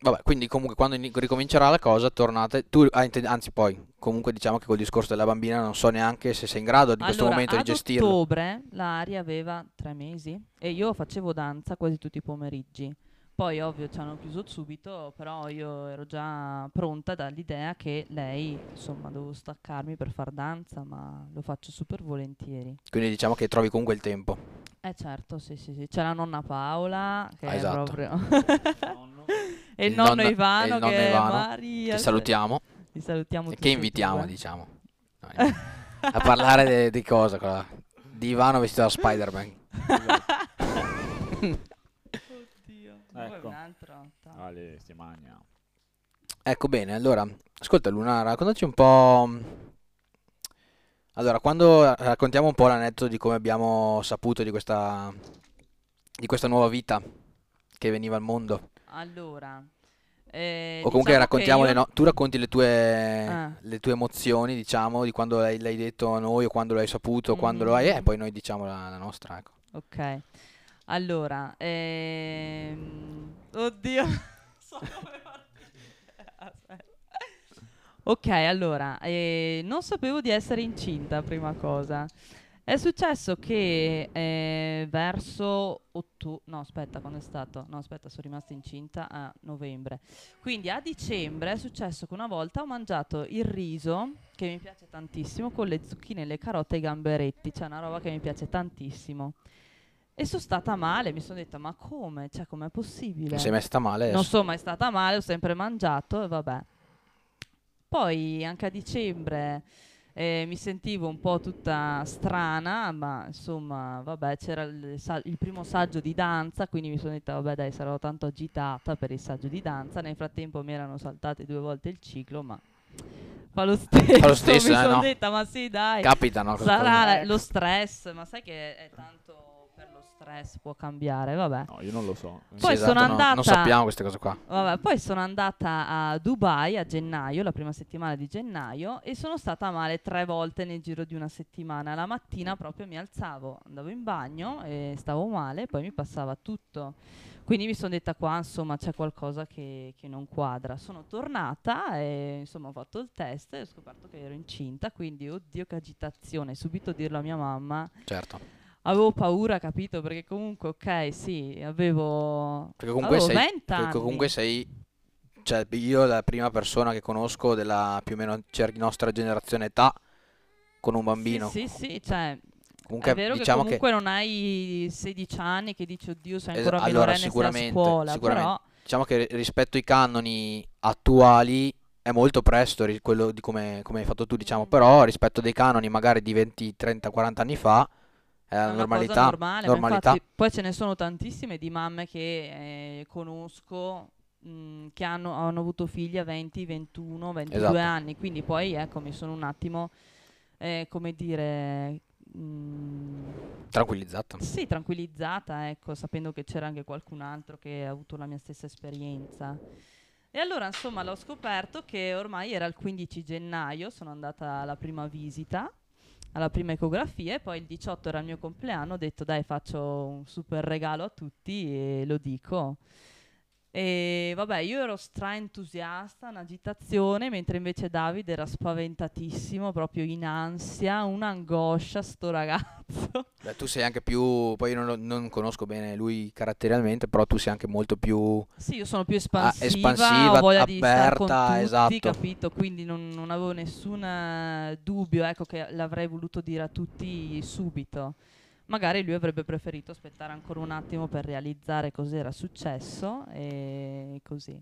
Speaker 1: Vabbè, quindi comunque quando ini- ricomincerà la cosa, tornate. Tu, ah, inten- anzi, poi, comunque diciamo che col discorso della bambina non so neanche se sei in grado in questo
Speaker 3: Allora,
Speaker 1: momento di
Speaker 3: ad
Speaker 1: gestirlo.
Speaker 3: ottobre l'aria aveva tre mesi e io facevo danza quasi tutti i pomeriggi. Poi ovvio ci hanno chiuso subito, però io ero già pronta dall'idea che lei, insomma, dovevo staccarmi per far danza, ma lo faccio super volentieri.
Speaker 1: Quindi diciamo che trovi comunque il tempo.
Speaker 3: Eh certo, sì, sì, sì. C'è la nonna Paola, che
Speaker 1: Ah,
Speaker 3: è
Speaker 1: esatto.
Speaker 3: proprio...
Speaker 2: Nonno.
Speaker 3: e il,
Speaker 1: Il
Speaker 3: nonno
Speaker 1: nonno- e il
Speaker 3: Ivano,
Speaker 1: nonno
Speaker 3: che è
Speaker 1: Ivano,
Speaker 3: Maria.
Speaker 1: Che
Speaker 3: sì.
Speaker 1: salutiamo
Speaker 3: Li salutiamo
Speaker 1: e
Speaker 3: tutti
Speaker 1: che
Speaker 3: e
Speaker 1: invitiamo,
Speaker 3: due.
Speaker 1: diciamo. No, niente. A parlare de- di cosa? quella- Di Ivano vestito da Spider-Man.
Speaker 3: Oddio.
Speaker 2: Ecco.
Speaker 3: un altro.
Speaker 2: Ah, lì si mangia.
Speaker 1: Ecco bene, allora, ascolta Luna, raccontaci un po'... mh, Allora, quando ra- raccontiamo un po' l'aneddoto di come abbiamo saputo di questa, di questa nuova vita che veniva al mondo,
Speaker 3: Allora, eh,
Speaker 1: o comunque
Speaker 3: diciamo che
Speaker 1: raccontiamo
Speaker 3: io-
Speaker 1: le no- tu racconti le tue,
Speaker 3: Ah.
Speaker 1: le tue emozioni, diciamo, di quando l'hai, l'hai detto a noi o quando l'hai saputo, quando lo hai,
Speaker 3: Mhm.
Speaker 1: e poi noi diciamo la, la nostra, ecco.
Speaker 3: Ok. Allora, ehm... oddio. So come partire. Aspetta. Ok, allora, eh, non sapevo di essere incinta, prima cosa. È successo che eh, verso ottobre, no aspetta, quando è stato? No aspetta, sono rimasta incinta a novembre. Quindi a dicembre è successo che una volta ho mangiato il riso, che mi piace tantissimo, con le zucchine, le carote e i gamberetti, cioè una roba che mi piace tantissimo. E sono stata male, mi sono detta, ma come? Cioè, com'è possibile?
Speaker 1: Non sei mai stata male
Speaker 3: Non
Speaker 1: adesso?
Speaker 3: so, mai stata male, ho sempre mangiato e vabbè. Poi anche a dicembre eh, mi sentivo un po' tutta strana, ma insomma, vabbè, c'era il, sa- il primo saggio di danza, quindi mi sono detta, vabbè dai, sarò tanto agitata per il saggio di danza. Nel frattempo mi erano saltate due volte il ciclo, ma fa lo stesso.
Speaker 1: Fa lo stesso,
Speaker 3: mi
Speaker 1: eh,
Speaker 3: sono
Speaker 1: no.
Speaker 3: detta, ma sì, dai.
Speaker 1: Capita, no? Cosa-
Speaker 3: Sarà la- lo stress, ma sai che è tanto per lo stress può cambiare, vabbè.
Speaker 2: No, io non lo so.
Speaker 1: Sì,
Speaker 3: Poi
Speaker 1: esatto,
Speaker 3: sono
Speaker 1: no-
Speaker 3: andata-
Speaker 1: non sappiamo queste cose qua.
Speaker 3: Vabbè, poi sono andata a Dubai a gennaio, la prima settimana di gennaio, e sono stata male tre volte nel giro di una settimana. La mattina proprio mi alzavo, andavo in bagno e stavo male, poi mi passava tutto. Quindi mi sono detta qua, insomma, c'è qualcosa che, che non quadra. Sono tornata e insomma ho fatto il test e ho scoperto che ero incinta, quindi oddio che agitazione, subito dirlo a mia mamma.
Speaker 1: Certo.
Speaker 3: Avevo paura, capito? Perché comunque, ok, sì, avevo...
Speaker 1: Perché comunque
Speaker 3: avevo
Speaker 1: sei
Speaker 3: 20
Speaker 1: perché
Speaker 3: anni.
Speaker 1: comunque sei cioè io la prima persona che conosco della più o meno cer- nostra generazione età con un bambino.
Speaker 3: Sì, sì, sì, cioè,
Speaker 1: Comunque
Speaker 3: è vero
Speaker 1: diciamo
Speaker 3: che comunque non hai 16 anni che dici oddio sei
Speaker 1: Es-
Speaker 3: ancora
Speaker 1: allora,
Speaker 3: minorenne sei a
Speaker 1: sicuramente,
Speaker 3: scuola,
Speaker 1: sicuramente.
Speaker 3: però
Speaker 1: diciamo che rispetto ai canoni attuali è molto presto ri- quello di come, come hai fatto tu, diciamo,
Speaker 3: Mm.
Speaker 1: però rispetto dei canoni magari di 20, 30, 40 anni fa è
Speaker 3: è
Speaker 1: la
Speaker 3: una
Speaker 1: normalità,
Speaker 3: cosa normale, ma
Speaker 1: normalità.
Speaker 3: infatti poi ce ne sono tantissime di mamme che eh, conosco mh, che hanno, hanno avuto figli a 20, 21, 22
Speaker 1: Esatto.
Speaker 3: anni, quindi poi ecco mi sono un attimo, eh, come dire, mh,
Speaker 1: tranquillizzata.
Speaker 3: Sì, tranquillizzata, ecco, sapendo che c'era anche qualcun altro che ha avuto la mia stessa esperienza. E allora, insomma, l'ho scoperto che ormai era il 15 gennaio, sono andata alla prima visita, alla prima ecografia e poi il 18 era il mio compleanno, ho detto dai faccio un super regalo a tutti e lo dico. E vabbè, io ero stra entusiasta, un'agitazione, mentre invece Davide era spaventatissimo, proprio in ansia, un'angoscia, sto ragazzo.
Speaker 1: Beh, tu sei anche più, poi io non, lo- non conosco bene lui caratterialmente, però tu sei anche molto più
Speaker 3: Sì, io sono più espansiva,
Speaker 1: Ah, espansiva,
Speaker 3: ho voglia di star con
Speaker 1: aperta,
Speaker 3: tutti,
Speaker 1: esatto.
Speaker 3: capito? Quindi non, non avevo nessun eh, dubbio, ecco, che l'avrei voluto dire a tutti subito. Magari lui avrebbe preferito aspettare ancora un attimo per realizzare cos'era successo e così.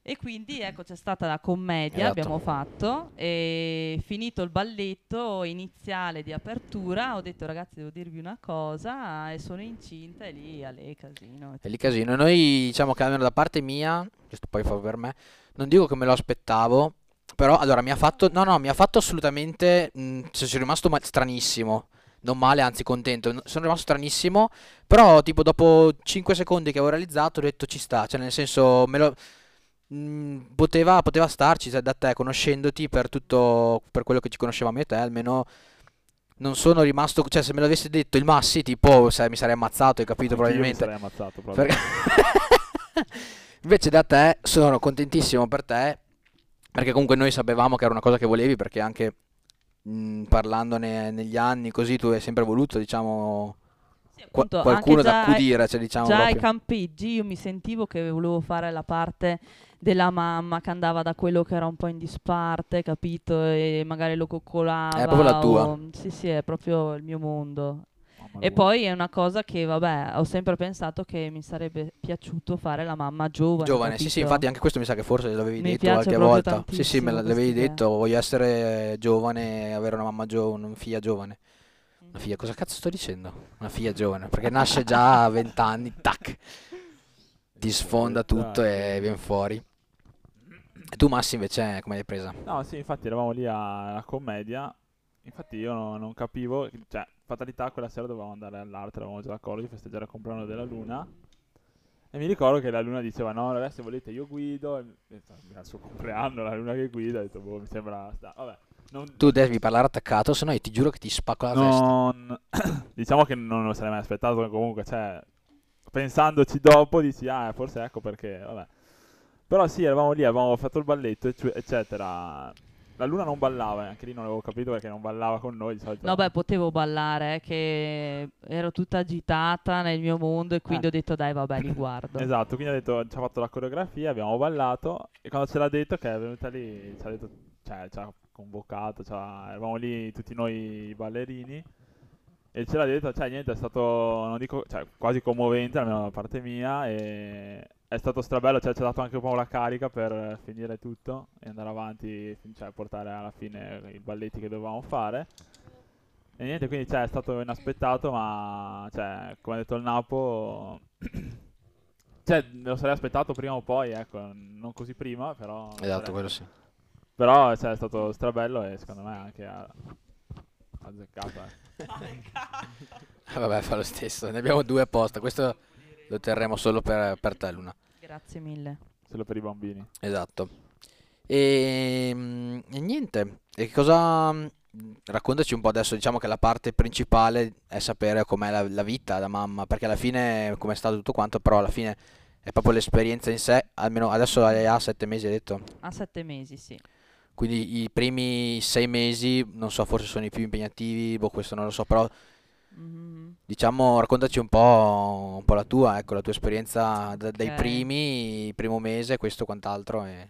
Speaker 3: E quindi ecco c'è stata la commedia,
Speaker 1: Esatto.
Speaker 3: abbiamo fatto, e finito il balletto iniziale di apertura ho detto ragazzi devo dirvi una cosa e sono incinta e lì Ale casino.
Speaker 1: E lì casino. Noi diciamo che almeno da parte mia, questo poi fa per me, non dico che me lo aspettavo, però allora mi ha fatto, no no, mi ha fatto assolutamente, mh, cioè, sono rimasto ma- stranissimo, non male, anzi contento, No, sono rimasto stranissimo, però tipo dopo 5 secondi che avevo realizzato ho detto ci sta, cioè nel senso me lo... mh, Poteva, poteva starci cioè, da te, conoscendoti per tutto, per quello che ci conoscevamo io e te, almeno non sono rimasto, cioè se me l'avessi detto il Massi, tipo, sai, mi sarei ammazzato, hai capito,
Speaker 2: Anch'io mi
Speaker 1: probabilmente.
Speaker 2: sarei ammazzato proprio.
Speaker 1: Perché- Invece da te sono contentissimo per te, perché comunque noi sapevamo che era una cosa che volevi, perché anche mh, parlandone negli anni così tu hai sempre voluto, diciamo,
Speaker 3: Sì,
Speaker 1: qua-
Speaker 3: appunto,
Speaker 1: qualcuno
Speaker 3: anche
Speaker 1: da
Speaker 3: già ai-
Speaker 1: accudire, cioè diciamo
Speaker 3: Già ai
Speaker 1: proprio.
Speaker 3: campeggi io mi sentivo che volevo fare la parte della mamma che andava da quello che era un po' in disparte, capito? E magari lo coccolava.
Speaker 1: È proprio la tua.
Speaker 3: o- Sì, sì, è proprio il mio mondo.
Speaker 2: Mamma mia.
Speaker 3: E poi è una cosa che, vabbè, ho sempre pensato che mi sarebbe piaciuto fare la mamma giovane.
Speaker 1: Giovane, sì, sì,
Speaker 3: capito?
Speaker 1: infatti anche questo mi sa che forse l'avevi
Speaker 3: Mi
Speaker 1: detto
Speaker 3: piace
Speaker 1: qualche
Speaker 3: proprio
Speaker 1: volta. Sì, sì, me
Speaker 3: tantissimo
Speaker 1: l- l'avevi
Speaker 3: quest'idea.
Speaker 1: detto, voglio essere giovane, avere una mamma giovane, una figlia giovane. Una figlia, cosa cazzo sto dicendo? Una figlia giovane, perché nasce già a 20 anni, tac. ti sfonda tutto
Speaker 2: Esatto.
Speaker 1: e viene fuori. E tu Massi invece come l'hai presa?
Speaker 2: No, sì, infatti eravamo lì a- alla commedia. Infatti io no- non capivo, cioè, fatalità quella sera dovevamo andare all'arte, eravamo già d'accordo di festeggiare il compleanno della luna. E mi ricordo che la luna diceva "No, ragazzi, se volete io guido". E mi- e fa- era il suo compleanno, la luna che guida, ho detto "Boh, mi sembra sta- vabbè". Non,
Speaker 1: Tu devi parlare attaccato, sennò io ti giuro che ti spacco la testa.
Speaker 2: non- diciamo che non lo sarei mai aspettato comunque, cioè pensandoci dopo dici "Ah, forse ecco perché". Vabbè. Però sì, eravamo lì, avevamo fatto il balletto, ecc- eccetera. La Luna non ballava, e anche lì non avevo capito perché non ballava con noi. Di solito.
Speaker 3: No, beh, potevo ballare, eh, che ero tutta agitata nel mio mondo e quindi
Speaker 2: Eh.
Speaker 3: ho detto dai, vabbè, li guardo.
Speaker 2: Esatto, quindi ha detto, ci ha fatto la coreografia, abbiamo ballato e quando ce l'ha detto che è venuta lì, ci ha detto, cioè, ci ha convocato, ci ha- eravamo lì tutti noi ballerini e ce l'ha detto, cioè niente, è stato, non dico, cioè, quasi commovente almeno da parte mia e è stato strabello, cioè ci ha dato anche un po' la carica per finire tutto e andare avanti, fin- cioè portare alla fine i balletti che dovevamo fare. E niente, quindi cioè, è stato inaspettato, ma cioè, come ha detto il Napo, cioè, me lo sarei aspettato prima o poi, ecco, non così prima, però...
Speaker 1: esatto,
Speaker 2: però,
Speaker 1: quello sì.
Speaker 2: però cioè, è stato strabello e secondo me anche ha- azzeccato. eh.
Speaker 1: Eh, Vabbè, fa lo stesso. Ne abbiamo due apposta. Questo lo terremo solo per, per te, Luna.
Speaker 3: Grazie mille.
Speaker 2: solo per i bambini.
Speaker 1: Esatto. E, mm, e niente. E cosa... mm, Raccontaci un po' adesso, diciamo che la parte principale è sapere com'è la, la vita da mamma, perché alla fine, com'è stato tutto quanto, però alla fine è proprio l'esperienza in sé, almeno adesso ha sette mesi, hai detto?
Speaker 3: A sette mesi, sì.
Speaker 1: Quindi i primi sei mesi, non so, forse sono i più impegnativi, boh, questo non lo so, però
Speaker 3: Mhm.
Speaker 1: diciamo, raccontaci un po', un po' la tua, ecco, la tua esperienza da- dai
Speaker 3: Ok.
Speaker 1: primi, primo mese, questo quant'altro, e,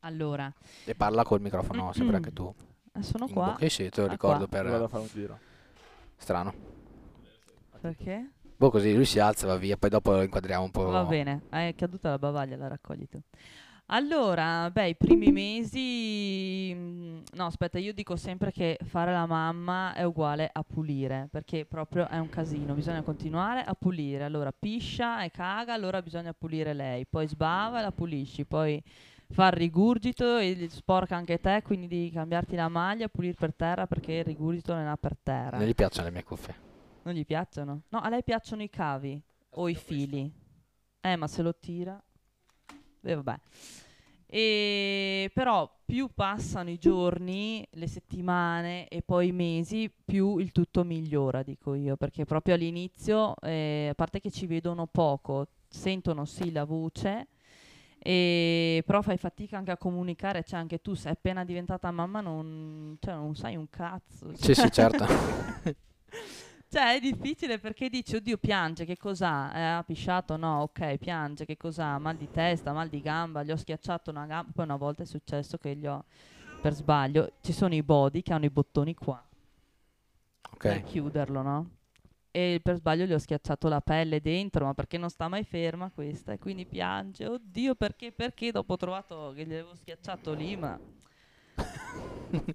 Speaker 3: Allora,
Speaker 1: e parla col microfono sempre anche tu.
Speaker 3: eh, sono
Speaker 1: In
Speaker 3: qua
Speaker 1: bocca ai sì, te lo
Speaker 3: Ah,
Speaker 1: ricordo
Speaker 2: Io Vado a
Speaker 1: per...
Speaker 2: fare un giro.
Speaker 1: strano.
Speaker 3: perché?
Speaker 1: Boh, così lui si alza, va via, poi dopo lo inquadriamo un
Speaker 3: Va
Speaker 1: po'.
Speaker 3: bene, è caduta la bavaglia, la raccogli tu. Allora, beh, i primi mesi... mm, No, aspetta, io dico sempre che fare la mamma è uguale a pulire, perché proprio è un casino, bisogna continuare a pulire. Allora piscia e caga, allora bisogna pulire lei, poi sbava e la pulisci, poi fa il rigurgito e sporca anche te, quindi devi cambiarti la maglia, pulire per terra perché il rigurgito ne ha per terra.
Speaker 1: Non gli piacciono le mie cuffie.
Speaker 3: Non gli piacciono? No, a lei piacciono i cavi o i fili. Eh, ma se lo tira... E vabbè. E però più passano i giorni, le settimane e poi i mesi, più il tutto migliora, dico io, perché proprio all'inizio, eh, a parte che ci vedono poco, sentono sì la voce, e però fai fatica anche a comunicare, cioè anche tu sei appena diventata mamma, non, cioè, non sai un cazzo.
Speaker 1: Sì, sì, certo.
Speaker 3: Cioè, è difficile perché dici, oddio, piange, che cos'ha? Eh, ha pisciato? No, ok, piange, che cos'ha? Mal di testa, mal di gamba, gli ho schiacciato una gamba. Poi una volta è successo che gli ho, per sbaglio, ci sono i body che hanno i bottoni qua per
Speaker 1: Ok.
Speaker 3: chiuderlo, no? E per sbaglio gli ho schiacciato la pelle dentro, ma perché non sta mai ferma questa? E quindi piange, oddio, perché? Perché dopo ho trovato che gli avevo schiacciato lì, ma...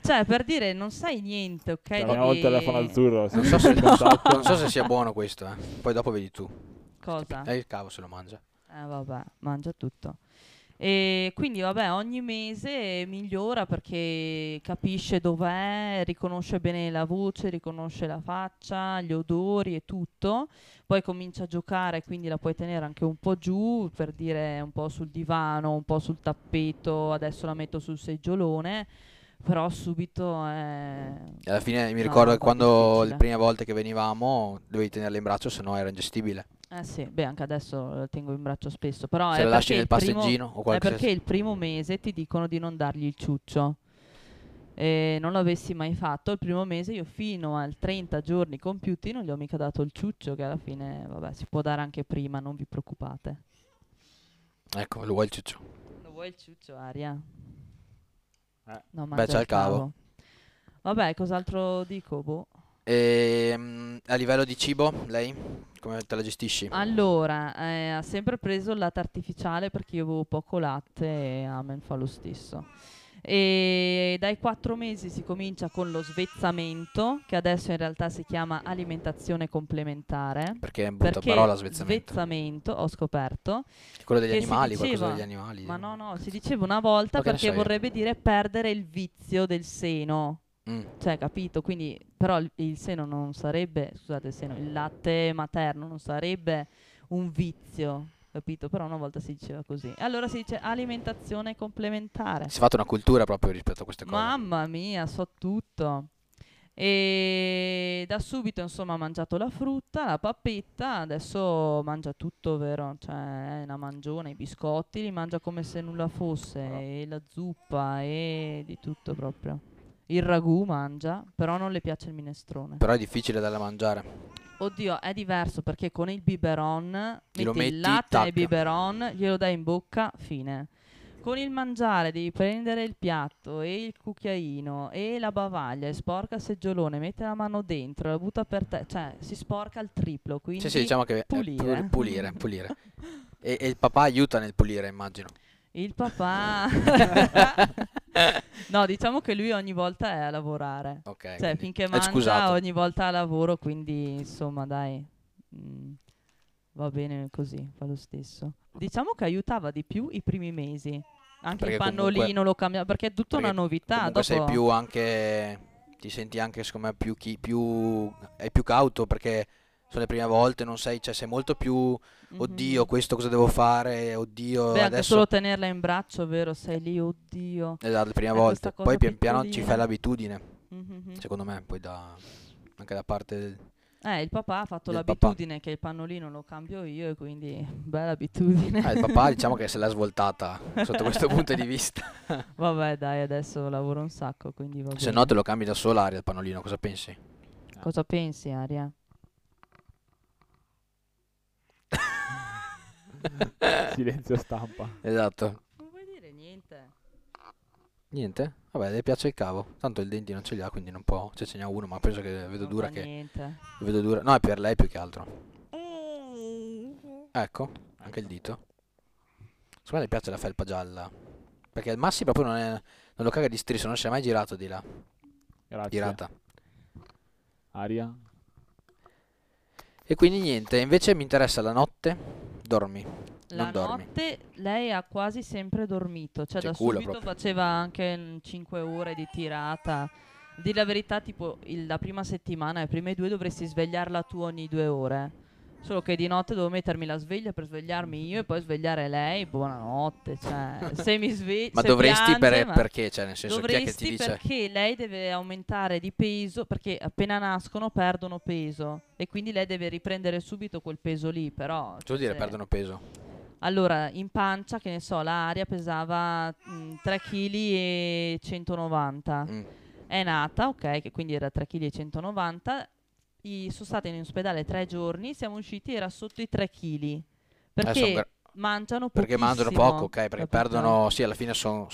Speaker 3: cioè, per dire, non sai niente, ok?
Speaker 2: Cioè, Abbiamo il
Speaker 3: di-
Speaker 2: telefono azzurro.
Speaker 1: Non
Speaker 2: se
Speaker 1: so,
Speaker 2: sei
Speaker 1: se,
Speaker 2: in contatto.
Speaker 1: non so se sia buono questo, eh. Poi dopo vedi tu.
Speaker 3: Cosa?
Speaker 1: E il cavo se lo mangia.
Speaker 3: Eh, vabbè, mangia tutto. E quindi, vabbè, ogni mese migliora perché capisce dov'è, riconosce bene la voce, riconosce la faccia, gli odori e tutto. Poi comincia a giocare, quindi la puoi tenere anche un po' giù, per dire un po' sul divano, un po' sul tappeto, adesso la metto sul seggiolone, però subito è...
Speaker 1: E alla fine mi
Speaker 3: No,
Speaker 1: ricordo che
Speaker 3: è un po'
Speaker 1: quando le
Speaker 3: difficile.
Speaker 1: prime volte che venivamo dovevi tenerla in braccio, sennò era ingestibile.
Speaker 3: Eh sì, beh, anche adesso la tengo in braccio spesso, però
Speaker 1: Se
Speaker 3: è
Speaker 1: la lasci
Speaker 3: perché
Speaker 1: nel
Speaker 3: il primo-
Speaker 1: passeggino o
Speaker 3: È
Speaker 1: qualcosa.
Speaker 3: perché il primo mese ti dicono di non dargli il ciuccio. E non l'avessi mai fatto. Il primo mese io fino al 30 giorni compiuti non gli ho mica dato il ciuccio, che alla fine, vabbè, si può dare anche prima, non vi preoccupate.
Speaker 1: Ecco, lo vuoi il ciccio.
Speaker 3: Lo vuoi il ciuccio, Aria?
Speaker 2: Eh.
Speaker 3: No, ma
Speaker 1: Beh, c'ha il cavo.
Speaker 3: Vabbè, cos'altro dico? Boh.
Speaker 1: E mm, a livello di cibo, lei come te la gestisci?
Speaker 3: Allora, eh, ha sempre preso il latte artificiale perché io avevo poco latte e Amen fa lo stesso. E dai quattro mesi si comincia con lo svezzamento, che adesso in realtà si chiama alimentazione complementare.
Speaker 1: Perché è brutta
Speaker 3: Perché
Speaker 1: parola svezzamento.
Speaker 3: svezzamento, ho scoperto,
Speaker 1: Quello degli
Speaker 3: che si
Speaker 1: animali, qualcosa
Speaker 3: diceva-
Speaker 1: degli animali.
Speaker 3: ma no, no, si diceva una volta
Speaker 1: Ma che ne
Speaker 3: perché
Speaker 1: so io?
Speaker 3: vorrebbe dire perdere il vizio del seno.
Speaker 1: Mm.
Speaker 3: Cioè, capito? Quindi, però il, il seno non sarebbe, scusate, il seno, il latte materno non sarebbe un vizio, capito? Però una volta si diceva così. E Allora si dice alimentazione complementare.
Speaker 1: Si è fatta una cultura proprio rispetto a queste cose.
Speaker 3: Mamma mia, so tutto. E da subito, insomma, ha mangiato la frutta, la pappetta, adesso mangia tutto, vero? Cioè, è una mangione, i biscotti li mangia come se nulla fosse,
Speaker 1: Ah.
Speaker 3: e la zuppa, e di tutto proprio. Il ragù mangia, però non le piace il minestrone.
Speaker 1: Però è difficile da mangiare.
Speaker 3: Oddio, è diverso perché con il biberon metti,
Speaker 1: Glielo metti,
Speaker 3: il latte
Speaker 1: tac.
Speaker 3: nel biberon, glielo dai in bocca, fine. Con il mangiare devi prendere il piatto e il cucchiaino e la bavaglia e sporca il seggiolone, mette la mano dentro, la butta per te, cioè si sporca il triplo, quindi
Speaker 1: Sì, sì, diciamo che è pul-
Speaker 3: pulire.
Speaker 1: pulire, pulire. E, e il papà aiuta nel pulire, immagino.
Speaker 3: il papà... no, diciamo che lui ogni volta è a lavorare.
Speaker 1: Ok.
Speaker 3: Cioè,
Speaker 1: quindi
Speaker 3: finché
Speaker 1: è
Speaker 3: mangia
Speaker 1: Eh, scusato.
Speaker 3: ogni volta lavoro, quindi insomma, dai. mm, va bene così, fa lo stesso. Diciamo che aiutava di più i primi mesi. Anche
Speaker 1: Perché
Speaker 3: il pannolino
Speaker 1: comunque-
Speaker 3: lo cambiava, perché è tutta
Speaker 1: perché
Speaker 3: una novità.
Speaker 1: Comunque sei
Speaker 3: dopo-
Speaker 1: più anche ti senti anche secondo me più chi più è più cauto perché sono le prime volte, non sei, cioè sei molto più,
Speaker 3: Mhm.
Speaker 1: oddio, questo cosa devo fare, oddio,
Speaker 3: Beh, anche
Speaker 1: adesso...
Speaker 3: solo tenerla in braccio, vero? Sei lì, oddio.
Speaker 1: Esatto, le prime
Speaker 3: è
Speaker 1: volte.
Speaker 3: questa
Speaker 1: Poi
Speaker 3: cosa
Speaker 1: pian piano ci
Speaker 3: piccolina.
Speaker 1: fai l'abitudine,
Speaker 3: Mhm.
Speaker 1: secondo me, poi da, anche da parte del...
Speaker 3: Eh, il papà ha fatto
Speaker 1: del
Speaker 3: l'abitudine che il pannolino lo cambio io e quindi bella abitudine.
Speaker 1: Ah, il papà diciamo che se l'ha svoltata sotto questo punto di vista.
Speaker 3: Vabbè, dai, adesso lavoro un sacco, quindi va
Speaker 1: Se
Speaker 3: bene.
Speaker 1: no te lo cambi da sola Aria il pannolino, cosa pensi?
Speaker 3: Cosa pensi, Aria?
Speaker 2: Silenzio stampa.
Speaker 1: Esatto.
Speaker 3: Non vuoi dire niente.
Speaker 1: Niente? Vabbè, le piace il cavo. Tanto il denti non ce li ha, quindi non può. Cioè ce n'ha uno, ma penso che vedo
Speaker 3: Non
Speaker 1: dura
Speaker 3: fa
Speaker 1: che...
Speaker 3: niente.
Speaker 1: Vedo dura. No, è per lei più che altro.
Speaker 3: Mm.
Speaker 1: Ecco, anche il dito. Secondo me le piace la felpa gialla. Perché il Massi proprio non, è, non lo caga di striscio, non si è mai girato di là.
Speaker 2: Grazie.
Speaker 1: Girata.
Speaker 2: Aria.
Speaker 1: E quindi niente, invece mi interessa la notte. Dormi.
Speaker 3: La
Speaker 1: non dormi.
Speaker 3: notte lei ha quasi sempre dormito, cioè
Speaker 1: Che
Speaker 3: da
Speaker 1: culo
Speaker 3: subito
Speaker 1: proprio.
Speaker 3: faceva anche 5 ore di tirata. Di la verità, tipo il- la prima settimana, le prime due dovresti svegliarla tu ogni due ore. Solo che di notte devo mettermi la sveglia per svegliarmi io e poi svegliare lei. Buonanotte. Cioè, se mi svegli.
Speaker 1: Ma
Speaker 3: se
Speaker 1: dovresti
Speaker 3: piange,
Speaker 1: per,
Speaker 3: ma-
Speaker 1: perché? Cioè, nel senso, chi è che ti
Speaker 3: Dovresti
Speaker 1: dice?
Speaker 3: perché lei deve aumentare di peso perché appena nascono perdono peso e quindi lei deve riprendere subito quel peso lì però
Speaker 1: Cosa vuol dire
Speaker 3: se-
Speaker 1: perdono peso?
Speaker 3: allora, in pancia, che ne so, l'aria pesava 3 kg e 190.
Speaker 1: Mm.
Speaker 3: È nata, ok, che quindi era 3 kg e 190. I- sono stata in ospedale tre giorni, siamo usciti era sotto i 3 kg.
Speaker 1: Eh,
Speaker 3: Perché
Speaker 1: son gra-
Speaker 3: mangiano poco.
Speaker 1: perché mangiano poco, ok? Perché perdono, sì, alla fine sono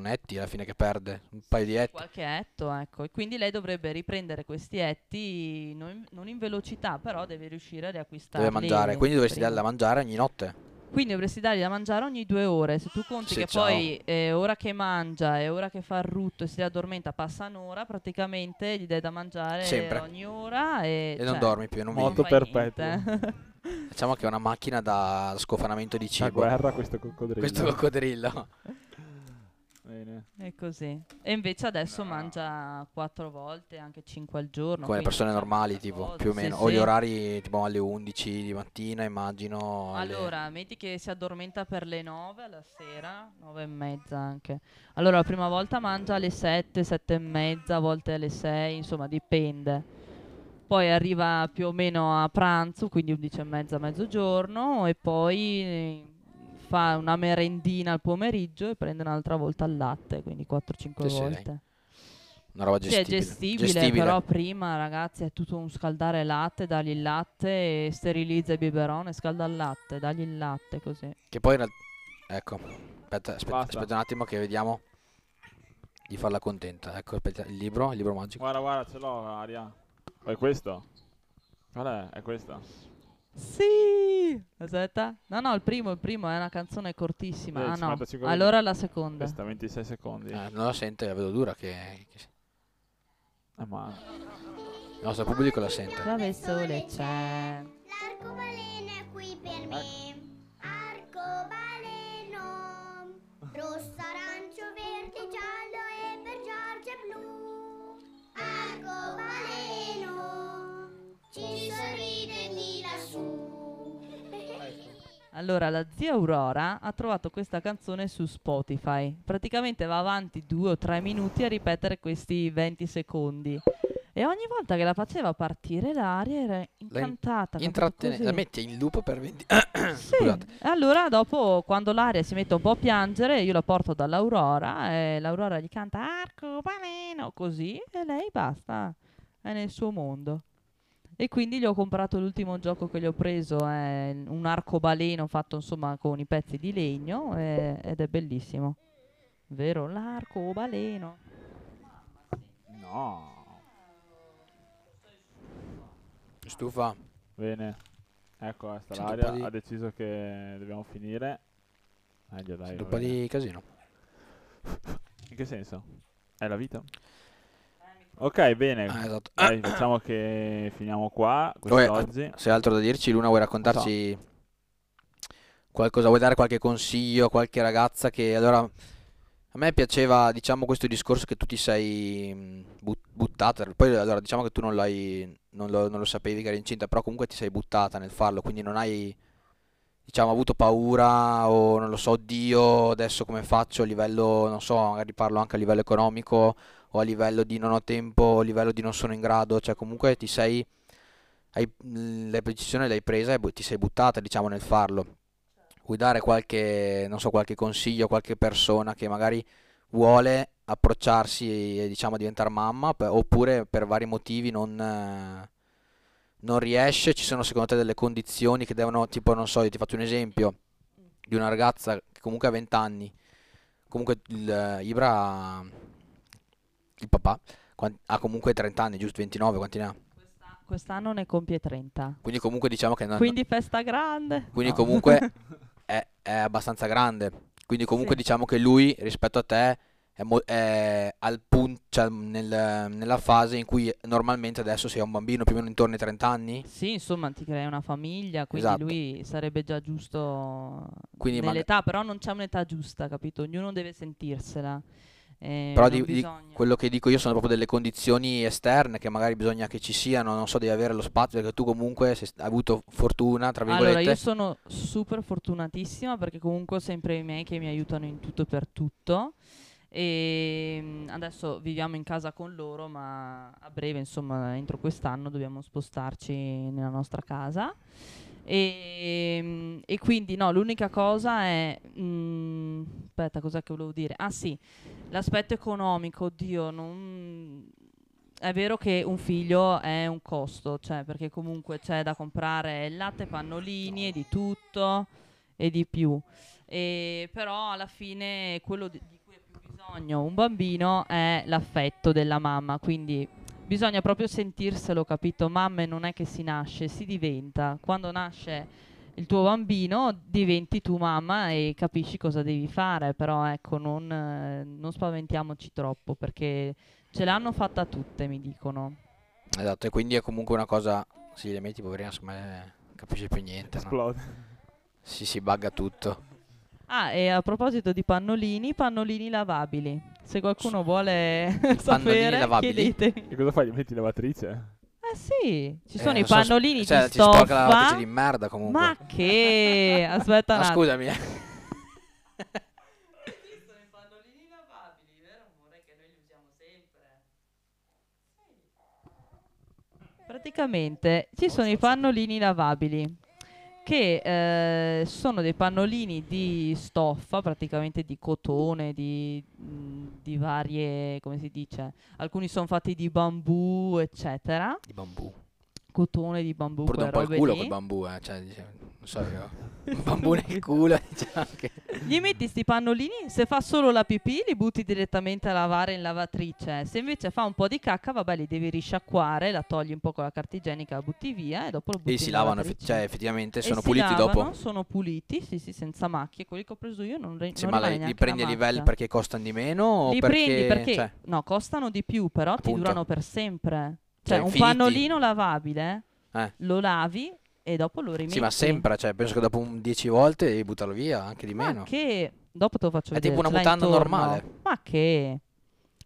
Speaker 1: netti, alla fine che perde un paio di etti.
Speaker 3: qualche etto, ecco. E quindi lei dovrebbe riprendere questi etti non in, non in velocità, però deve riuscire a riacquistarli.
Speaker 1: Deve mangiare, quindi dovresti
Speaker 3: prima.
Speaker 1: darla a mangiare ogni notte.
Speaker 3: Quindi dovresti dargli da mangiare ogni due ore. Se tu conti
Speaker 1: Sì,
Speaker 3: che
Speaker 1: ciao.
Speaker 3: poi eh, ora che mangia e ora che fa il rutto e si addormenta passa un'ora, praticamente gli dai da mangiare
Speaker 1: Sempre.
Speaker 3: ogni ora e,
Speaker 1: E non
Speaker 3: cioè,
Speaker 1: dormi più, non
Speaker 2: Morto.
Speaker 1: vivi.
Speaker 2: Moto
Speaker 3: fai
Speaker 2: perpetuo.
Speaker 3: niente.
Speaker 1: Diciamo che è una macchina da scofanamento di
Speaker 2: La
Speaker 1: cibo.
Speaker 2: guerra a questo coccodrillo.
Speaker 1: Questo coccodrillo.
Speaker 2: Bene.
Speaker 3: È così. E invece adesso mangia quattro volte, anche cinque al giorno.
Speaker 1: Come le
Speaker 3: quindi
Speaker 1: persone
Speaker 3: c'è
Speaker 1: normali,
Speaker 3: questa
Speaker 1: tipo,
Speaker 3: cosa.
Speaker 1: più o
Speaker 3: Sì,
Speaker 1: meno. o gli
Speaker 3: sì.
Speaker 1: orari tipo alle 11 di mattina, immagino. alle-
Speaker 3: Allora, metti che si addormenta per le 9 alla sera, 9 e mezza anche. Allora, la prima volta mangia alle 7, 7 e mezza, a volte alle 6, insomma, dipende. Poi arriva più o meno a pranzo, quindi 11 e mezza, mezzogiorno, e poi eh, fa una merendina al pomeriggio e prende un'altra volta il latte, quindi 4-5
Speaker 1: Sì, sì, dai.
Speaker 3: volte.
Speaker 1: Una roba
Speaker 3: Sì, è
Speaker 1: gestibile.
Speaker 3: Cioè, gestibile,
Speaker 1: Gestibile.
Speaker 3: però prima ragazzi è tutto un scaldare latte, dagli il latte, e sterilizza il biberone, scalda il latte, dagli il latte così.
Speaker 1: Che poi in realtà... Ecco, aspetta, aspetta,
Speaker 2: Basta.
Speaker 1: aspetta un attimo che vediamo di farla contenta. Ecco, aspetta, il libro, il libro magico.
Speaker 2: Guarda, guarda, ce l'ho, Aria. È questo? Qual è? È questa.
Speaker 3: Sì! Aspetta. No, no, il primo, il primo è una canzone cortissima.
Speaker 2: Eh,
Speaker 3: ah no.
Speaker 2: 55 minuti.
Speaker 3: Allora la seconda.
Speaker 2: Questa, 26 secondi.
Speaker 1: Eh, non la sente, la vedo dura che, che-
Speaker 2: Eh, ma...
Speaker 1: il nostro pubblico la sente.
Speaker 3: Dove il sole c'è.
Speaker 5: L'arcobaleno è qui per me. Arcobaleno. Rosso, arancio, verde, giallo e per Giorgio è blu. Arcobaleno. Ci sorride di lassù.
Speaker 3: Allora, la zia Aurora ha trovato questa canzone su Spotify. Praticamente va avanti due o tre minuti a ripetere questi 20 secondi. E ogni volta che la faceva partire l'aria era incantata. capito?
Speaker 1: Intrattene-
Speaker 3: Così.
Speaker 1: la mette in loop per 20...
Speaker 3: Sì.
Speaker 1: Scusate.
Speaker 3: E allora dopo quando l'aria si mette un po' a piangere, io la porto dall'Aurora e l'Aurora gli canta arcobaleno così e lei basta, è nel suo mondo. E quindi gli ho comprato l'ultimo gioco che gli ho preso, è un arcobaleno fatto insomma con i pezzi di legno e- ed è bellissimo. Vero? L'arcobaleno.
Speaker 2: No.
Speaker 1: Stufa.
Speaker 2: Bene. Ecco, questa
Speaker 1: Sento
Speaker 2: l'aria
Speaker 1: un po' di-
Speaker 2: ha deciso che dobbiamo finire. Meglio, dai.
Speaker 1: Sento
Speaker 2: va
Speaker 1: un po'
Speaker 2: bene.
Speaker 1: di casino.
Speaker 2: In che senso? È la vita? Ok, bene.
Speaker 1: Eh, Ah, esatto.
Speaker 2: Dai, facciamo che finiamo qua
Speaker 1: Vabbè,
Speaker 2: quest'oggi.
Speaker 1: Se hai altro da dirci, Luna, vuoi raccontarci qualcosa? Vuoi dare qualche consiglio a qualche ragazza che allora a A me piaceva, diciamo, questo discorso che tu ti sei mh, but- buttata. Poi, allora, diciamo che tu non l'hai, non lo, non lo sapevi che eri incinta, però comunque ti sei buttata nel farlo, quindi non hai, diciamo, avuto paura o non lo so, oddio, adesso come faccio a livello, non so, magari parlo anche a livello economico o a livello di non ho tempo, o a livello di non sono in grado, cioè comunque ti sei, hai, la decisione l'hai presa e bu- ti sei buttata, diciamo, nel farlo vuoi dare qualche, non so, qualche consiglio a qualche persona che magari vuole approcciarsi e diciamo diventare mamma pe- oppure per vari motivi non, eh, non riesce? Ci sono secondo te delle condizioni che devono, tipo, non so, io ti faccio un esempio di una ragazza che comunque ha 20 anni, comunque il, eh, Ibra, il papà, quan- ha comunque 30 anni, giusto? 29, quanti ne ha?
Speaker 3: Questa- Quest'anno ne compie 30.
Speaker 1: Quindi comunque diciamo che non,
Speaker 3: Quindi festa grande.
Speaker 1: quindi
Speaker 3: No.
Speaker 1: comunque è, è abbastanza grande. Quindi comunque
Speaker 3: Sì.
Speaker 1: diciamo che lui rispetto a te è, mo- è al punto, cioè nel- nella fase in cui normalmente adesso sei un bambino più o meno intorno ai 30 anni.
Speaker 3: Sì, insomma, ti crei una famiglia, quindi
Speaker 1: Esatto.
Speaker 3: lui sarebbe già giusto
Speaker 1: Quindi maga-
Speaker 3: nell'età, però non c'è un'età giusta, capito? Ognuno deve sentirsela. eh,
Speaker 1: Però
Speaker 3: non
Speaker 1: di- di-
Speaker 3: bisogna-
Speaker 1: quello che dico io sono proprio delle condizioni esterne che magari bisogna che ci siano, non so, devi avere lo spazio perché tu comunque se hai avuto fortuna, tra
Speaker 3: Allora, io
Speaker 1: virgolette,
Speaker 3: sono super fortunatissima perché comunque ho sempre i miei che mi aiutano in tutto e per tutto. E mm, adesso viviamo in casa con loro, ma a breve, insomma, entro quest'anno dobbiamo spostarci nella nostra casa. E, mm, e quindi, no, l'unica cosa è. mm, aspetta, cos'è che volevo dire? Ah, sì, l'aspetto economico, oddio, non. È vero che un figlio è un costo, cioè perché comunque c'è da comprare il latte, pannolini e di tutto e di più. E però alla fine quello di di cui ha più bisogno un bambino è l'affetto della mamma, quindi bisogna proprio sentirselo, capito? Mamme non è che si nasce, si diventa. Quando nasce il tuo bambino diventi tu mamma e capisci cosa devi fare, però ecco, non, eh, non spaventiamoci troppo perché ce l'hanno fatta tutte, mi dicono.
Speaker 1: esatto, e quindi è comunque una cosa, sì, le metti poverina, secondo me non capisce più niente, no?
Speaker 2: Esplode.
Speaker 1: Si si bugga tutto.
Speaker 3: Ah, e a proposito di pannolini, pannolini lavabili. Se qualcuno vuole sapere,
Speaker 1: lavabili?
Speaker 3: chiedetemi.
Speaker 2: E cosa fai? Gli metti in lavatrice?
Speaker 3: Eh sì, ci
Speaker 1: Eh,
Speaker 3: sono i
Speaker 1: non so,
Speaker 3: pannolini
Speaker 1: cioè,
Speaker 3: di
Speaker 1: ti sporca la
Speaker 3: stoffa.
Speaker 1: lavatrice di merda comunque.
Speaker 3: Ma che? Aspetta un
Speaker 1: Ma
Speaker 3: attimo.
Speaker 1: scusami. eh.
Speaker 3: Esistono i pannolini lavabili, vero amore? Che noi li usiamo sempre. Praticamente ci sono i pannolini lavabili che eh, sono dei pannolini di stoffa, praticamente di cotone, di, mh, di varie, come si dice, alcuni sono fatti di bambù, eccetera,
Speaker 1: Di bambù.
Speaker 3: cotone di bambù,
Speaker 1: Purde un
Speaker 3: quelle
Speaker 1: po' il
Speaker 3: robe
Speaker 1: culo
Speaker 3: lì.
Speaker 1: quel bambù, eh. Cioè, dice, non so io. Un bambù nel culo, diciamo che.
Speaker 3: Gli metti sti pannolini, se fa solo la pipì li butti direttamente a lavare in lavatrice. Se invece fa un po' di cacca, vabbè, li devi risciacquare, la togli un po' con la carta igienica, la butti via e dopo lo butti
Speaker 1: E
Speaker 3: in
Speaker 1: si lavano, effe-
Speaker 3: lavatrice.
Speaker 1: cioè, effettivamente
Speaker 3: E
Speaker 1: sono
Speaker 3: si
Speaker 1: puliti
Speaker 3: lavano,
Speaker 1: dopo.
Speaker 3: Sono puliti, sì, sì, senza macchie. Quelli che ho preso io non, re-
Speaker 1: Sì,
Speaker 3: non
Speaker 1: ma
Speaker 3: rimane
Speaker 1: li- li
Speaker 3: neanche
Speaker 1: prendi a
Speaker 3: una
Speaker 1: livelli
Speaker 3: macchia.
Speaker 1: perché costano di meno?
Speaker 3: Li
Speaker 1: o perché,
Speaker 3: prendi perché
Speaker 1: Cioè,
Speaker 3: no, costano di più, però
Speaker 1: Appunto.
Speaker 3: ti durano per sempre.
Speaker 1: Cioè,
Speaker 3: Cioè, un
Speaker 1: infiniti.
Speaker 3: pannolino lavabile
Speaker 1: Eh.
Speaker 3: lo lavi e dopo lo rimetti.
Speaker 1: sì, ma sembra, cioè, penso che dopo un 10 volte devi buttarlo via, anche di
Speaker 3: Ma
Speaker 1: meno.
Speaker 3: che dopo te lo faccio
Speaker 1: È
Speaker 3: vedere.
Speaker 1: tipo una
Speaker 3: ce l'hai
Speaker 1: mutanda
Speaker 3: intorno.
Speaker 1: normale.
Speaker 3: Ma che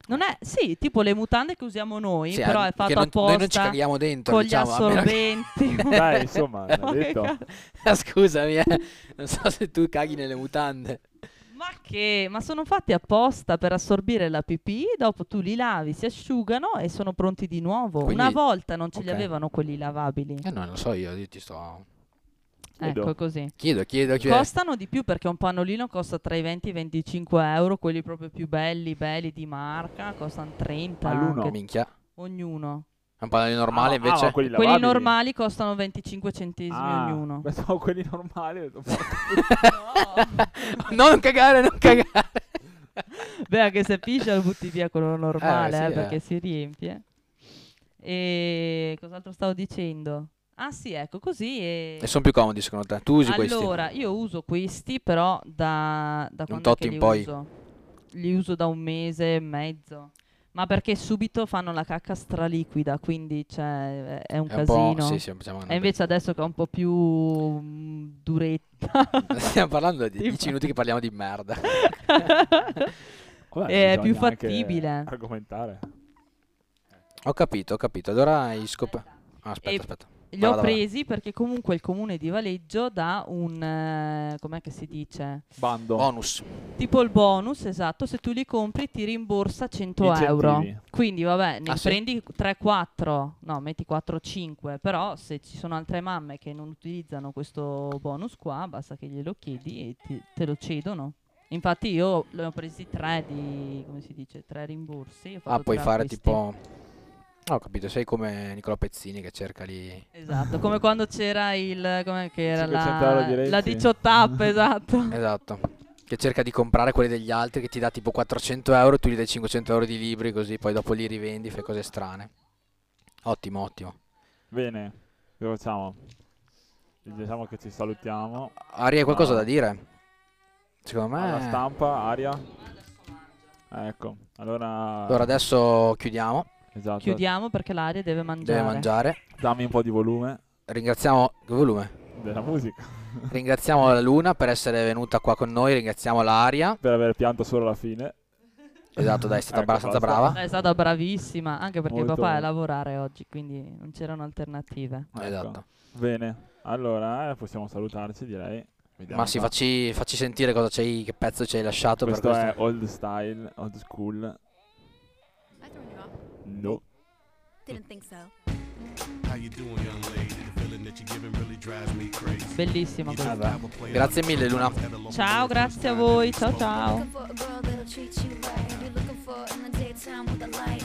Speaker 3: non è sì, tipo le mutande che usiamo noi,
Speaker 1: Sì,
Speaker 3: però
Speaker 1: eh,
Speaker 3: è
Speaker 1: che
Speaker 3: fatto
Speaker 1: non- Noi non ci
Speaker 3: apposta
Speaker 1: caghiamo dentro,
Speaker 3: con gli
Speaker 1: diciamo. a meno che-
Speaker 3: assorbenti.
Speaker 2: Dai, insomma, l'ha
Speaker 3: Ma che
Speaker 2: detto.
Speaker 3: cazzo-
Speaker 1: Scusami, eh. Non so se tu caghi nelle mutande.
Speaker 3: Ma che? Ma sono fatti apposta per assorbire la pipì, dopo tu li lavi, si asciugano e sono pronti di nuovo.
Speaker 1: Quindi-
Speaker 3: Una volta non ce li
Speaker 1: ok.
Speaker 3: avevano quelli lavabili.
Speaker 1: Eh, no, non so io, io ti sto.
Speaker 2: Eh,
Speaker 3: Ecco così.
Speaker 1: Chiedo, chiedo, chiedo.
Speaker 3: Costano di più perché un pannolino costa tra i 20 e i 25 euro, quelli proprio più belli, belli di marca, costano 30
Speaker 2: All'uno.
Speaker 1: No,
Speaker 3: anche,
Speaker 1: minchia. È
Speaker 3: ognuno.
Speaker 1: un pannolino
Speaker 2: Ah,
Speaker 1: normale
Speaker 2: ma-
Speaker 1: invece.
Speaker 2: ah, ma quelli,
Speaker 3: Quelli
Speaker 2: lavabili?
Speaker 3: normali costano 25 centesimi
Speaker 2: Ah,
Speaker 3: ognuno.
Speaker 2: pensavo quelli normali. ho detto, porca-
Speaker 1: No, non cagare, non cagare.
Speaker 3: Beh, anche se piscia lo butti via quello normale,
Speaker 1: Eh, sì,
Speaker 3: eh,
Speaker 1: eh.
Speaker 3: perché si riempie. E cos'altro stavo dicendo? Ah sì, ecco, così e...
Speaker 1: E sono più comodi secondo te? Tu usi questi?
Speaker 3: Allora, io uso questi però da, da
Speaker 1: Un
Speaker 3: quando è
Speaker 1: tot
Speaker 3: che
Speaker 1: in
Speaker 3: li
Speaker 1: poi.
Speaker 3: uso? Li uso da un mese e mezzo. Ma perché subito fanno la cacca straliquida, quindi cioè, è è un
Speaker 1: È un
Speaker 3: casino.
Speaker 1: po'... Sì, sì, diciamo che
Speaker 3: E invece adesso che è un po' più mm, duretta,
Speaker 1: Stiamo parlando di
Speaker 3: Tipo-
Speaker 1: 10 minuti che parliamo di merda.
Speaker 2: Vabbè,
Speaker 3: Eh, È più
Speaker 2: bisogna anche
Speaker 3: fattibile.
Speaker 2: Argomentare.
Speaker 1: Ho capito, ho capito. Allora hai scoperto. Aspetta,
Speaker 3: E-
Speaker 1: aspetta.
Speaker 3: Li
Speaker 1: Vai,
Speaker 3: ho
Speaker 1: vai, vai.
Speaker 3: presi perché comunque il comune di Valeggio dà un... eh, com'è che si dice?
Speaker 2: Bando.
Speaker 1: Bonus.
Speaker 3: Tipo il bonus, esatto, se tu li compri ti rimborsa 100
Speaker 2: Incentivi.
Speaker 3: euro. Quindi vabbè, ne
Speaker 1: Ah, sì?
Speaker 3: prendi 3-4, no, metti 4-5, però se ci sono altre mamme che non utilizzano questo bonus qua, basta che glielo chiedi e ti- te lo cedono. Infatti io ne ho presi 3 di, come si dice, 3 rimborsi. ho
Speaker 1: Ah,
Speaker 3: fatto
Speaker 1: puoi
Speaker 3: tre
Speaker 1: fare
Speaker 3: acquisti.
Speaker 1: tipo. Ah, Ho capito, sei come Nicola Pezzini che cerca lì.
Speaker 3: Esatto, come quando c'era il, com'è che era
Speaker 2: 500 euro di
Speaker 3: la, la
Speaker 2: Renzi. Eh,
Speaker 3: 18 app, esatto.
Speaker 1: Esatto. Che cerca di comprare quelli degli altri, che ti dà tipo 400 euro, tu gli dai 500 euro di libri, così poi dopo li rivendi, fai cose strane. Ottimo, ottimo.
Speaker 2: Bene, che facciamo? Diciamo che ci salutiamo.
Speaker 1: Ari, hai qualcosa
Speaker 2: Ah.
Speaker 1: da dire? Secondo
Speaker 2: Alla
Speaker 1: me.
Speaker 2: stampa, aria. Ecco, allora...
Speaker 1: Allora adesso chiudiamo,
Speaker 2: Esatto.
Speaker 3: Chiudiamo perché l'aria deve mangiare.
Speaker 2: eh.
Speaker 1: deve mangiare.
Speaker 2: Dammi un po' di volume
Speaker 1: Ringraziamo. Che volume?
Speaker 2: della musica.
Speaker 1: Ringraziamo la Luna per essere venuta qua con noi, ringraziamo l'Aria.
Speaker 2: Per aver pianto solo alla fine.
Speaker 1: Esatto, dai, è stata
Speaker 2: Ecco,
Speaker 1: abbastanza
Speaker 2: basta.
Speaker 1: brava.
Speaker 3: È stata bravissima, anche perché
Speaker 2: Molto.
Speaker 3: papà è a lavorare oggi, quindi non c'erano alternative.
Speaker 2: Ecco.
Speaker 1: Esatto.
Speaker 2: Bene, allora eh, possiamo salutarci direi. Vediamo
Speaker 1: Ma sì,
Speaker 2: qua.
Speaker 1: facci, facci sentire cosa c'hai, che pezzo ci hai lasciato
Speaker 2: Questo
Speaker 1: per
Speaker 2: è
Speaker 1: questo.
Speaker 2: old style, old school.
Speaker 6: I throw you off.
Speaker 2: No.
Speaker 6: Didn't think so.
Speaker 7: How you doing, young lady? The feeling that you're giving really drives me crazy.
Speaker 3: Bellissima questa.
Speaker 1: Grazie mille Luna.
Speaker 3: Ciao, grazie a voi, ciao ciao.
Speaker 8: Looking for a girl that'll treat you right. You're looking for in the daytime with the light.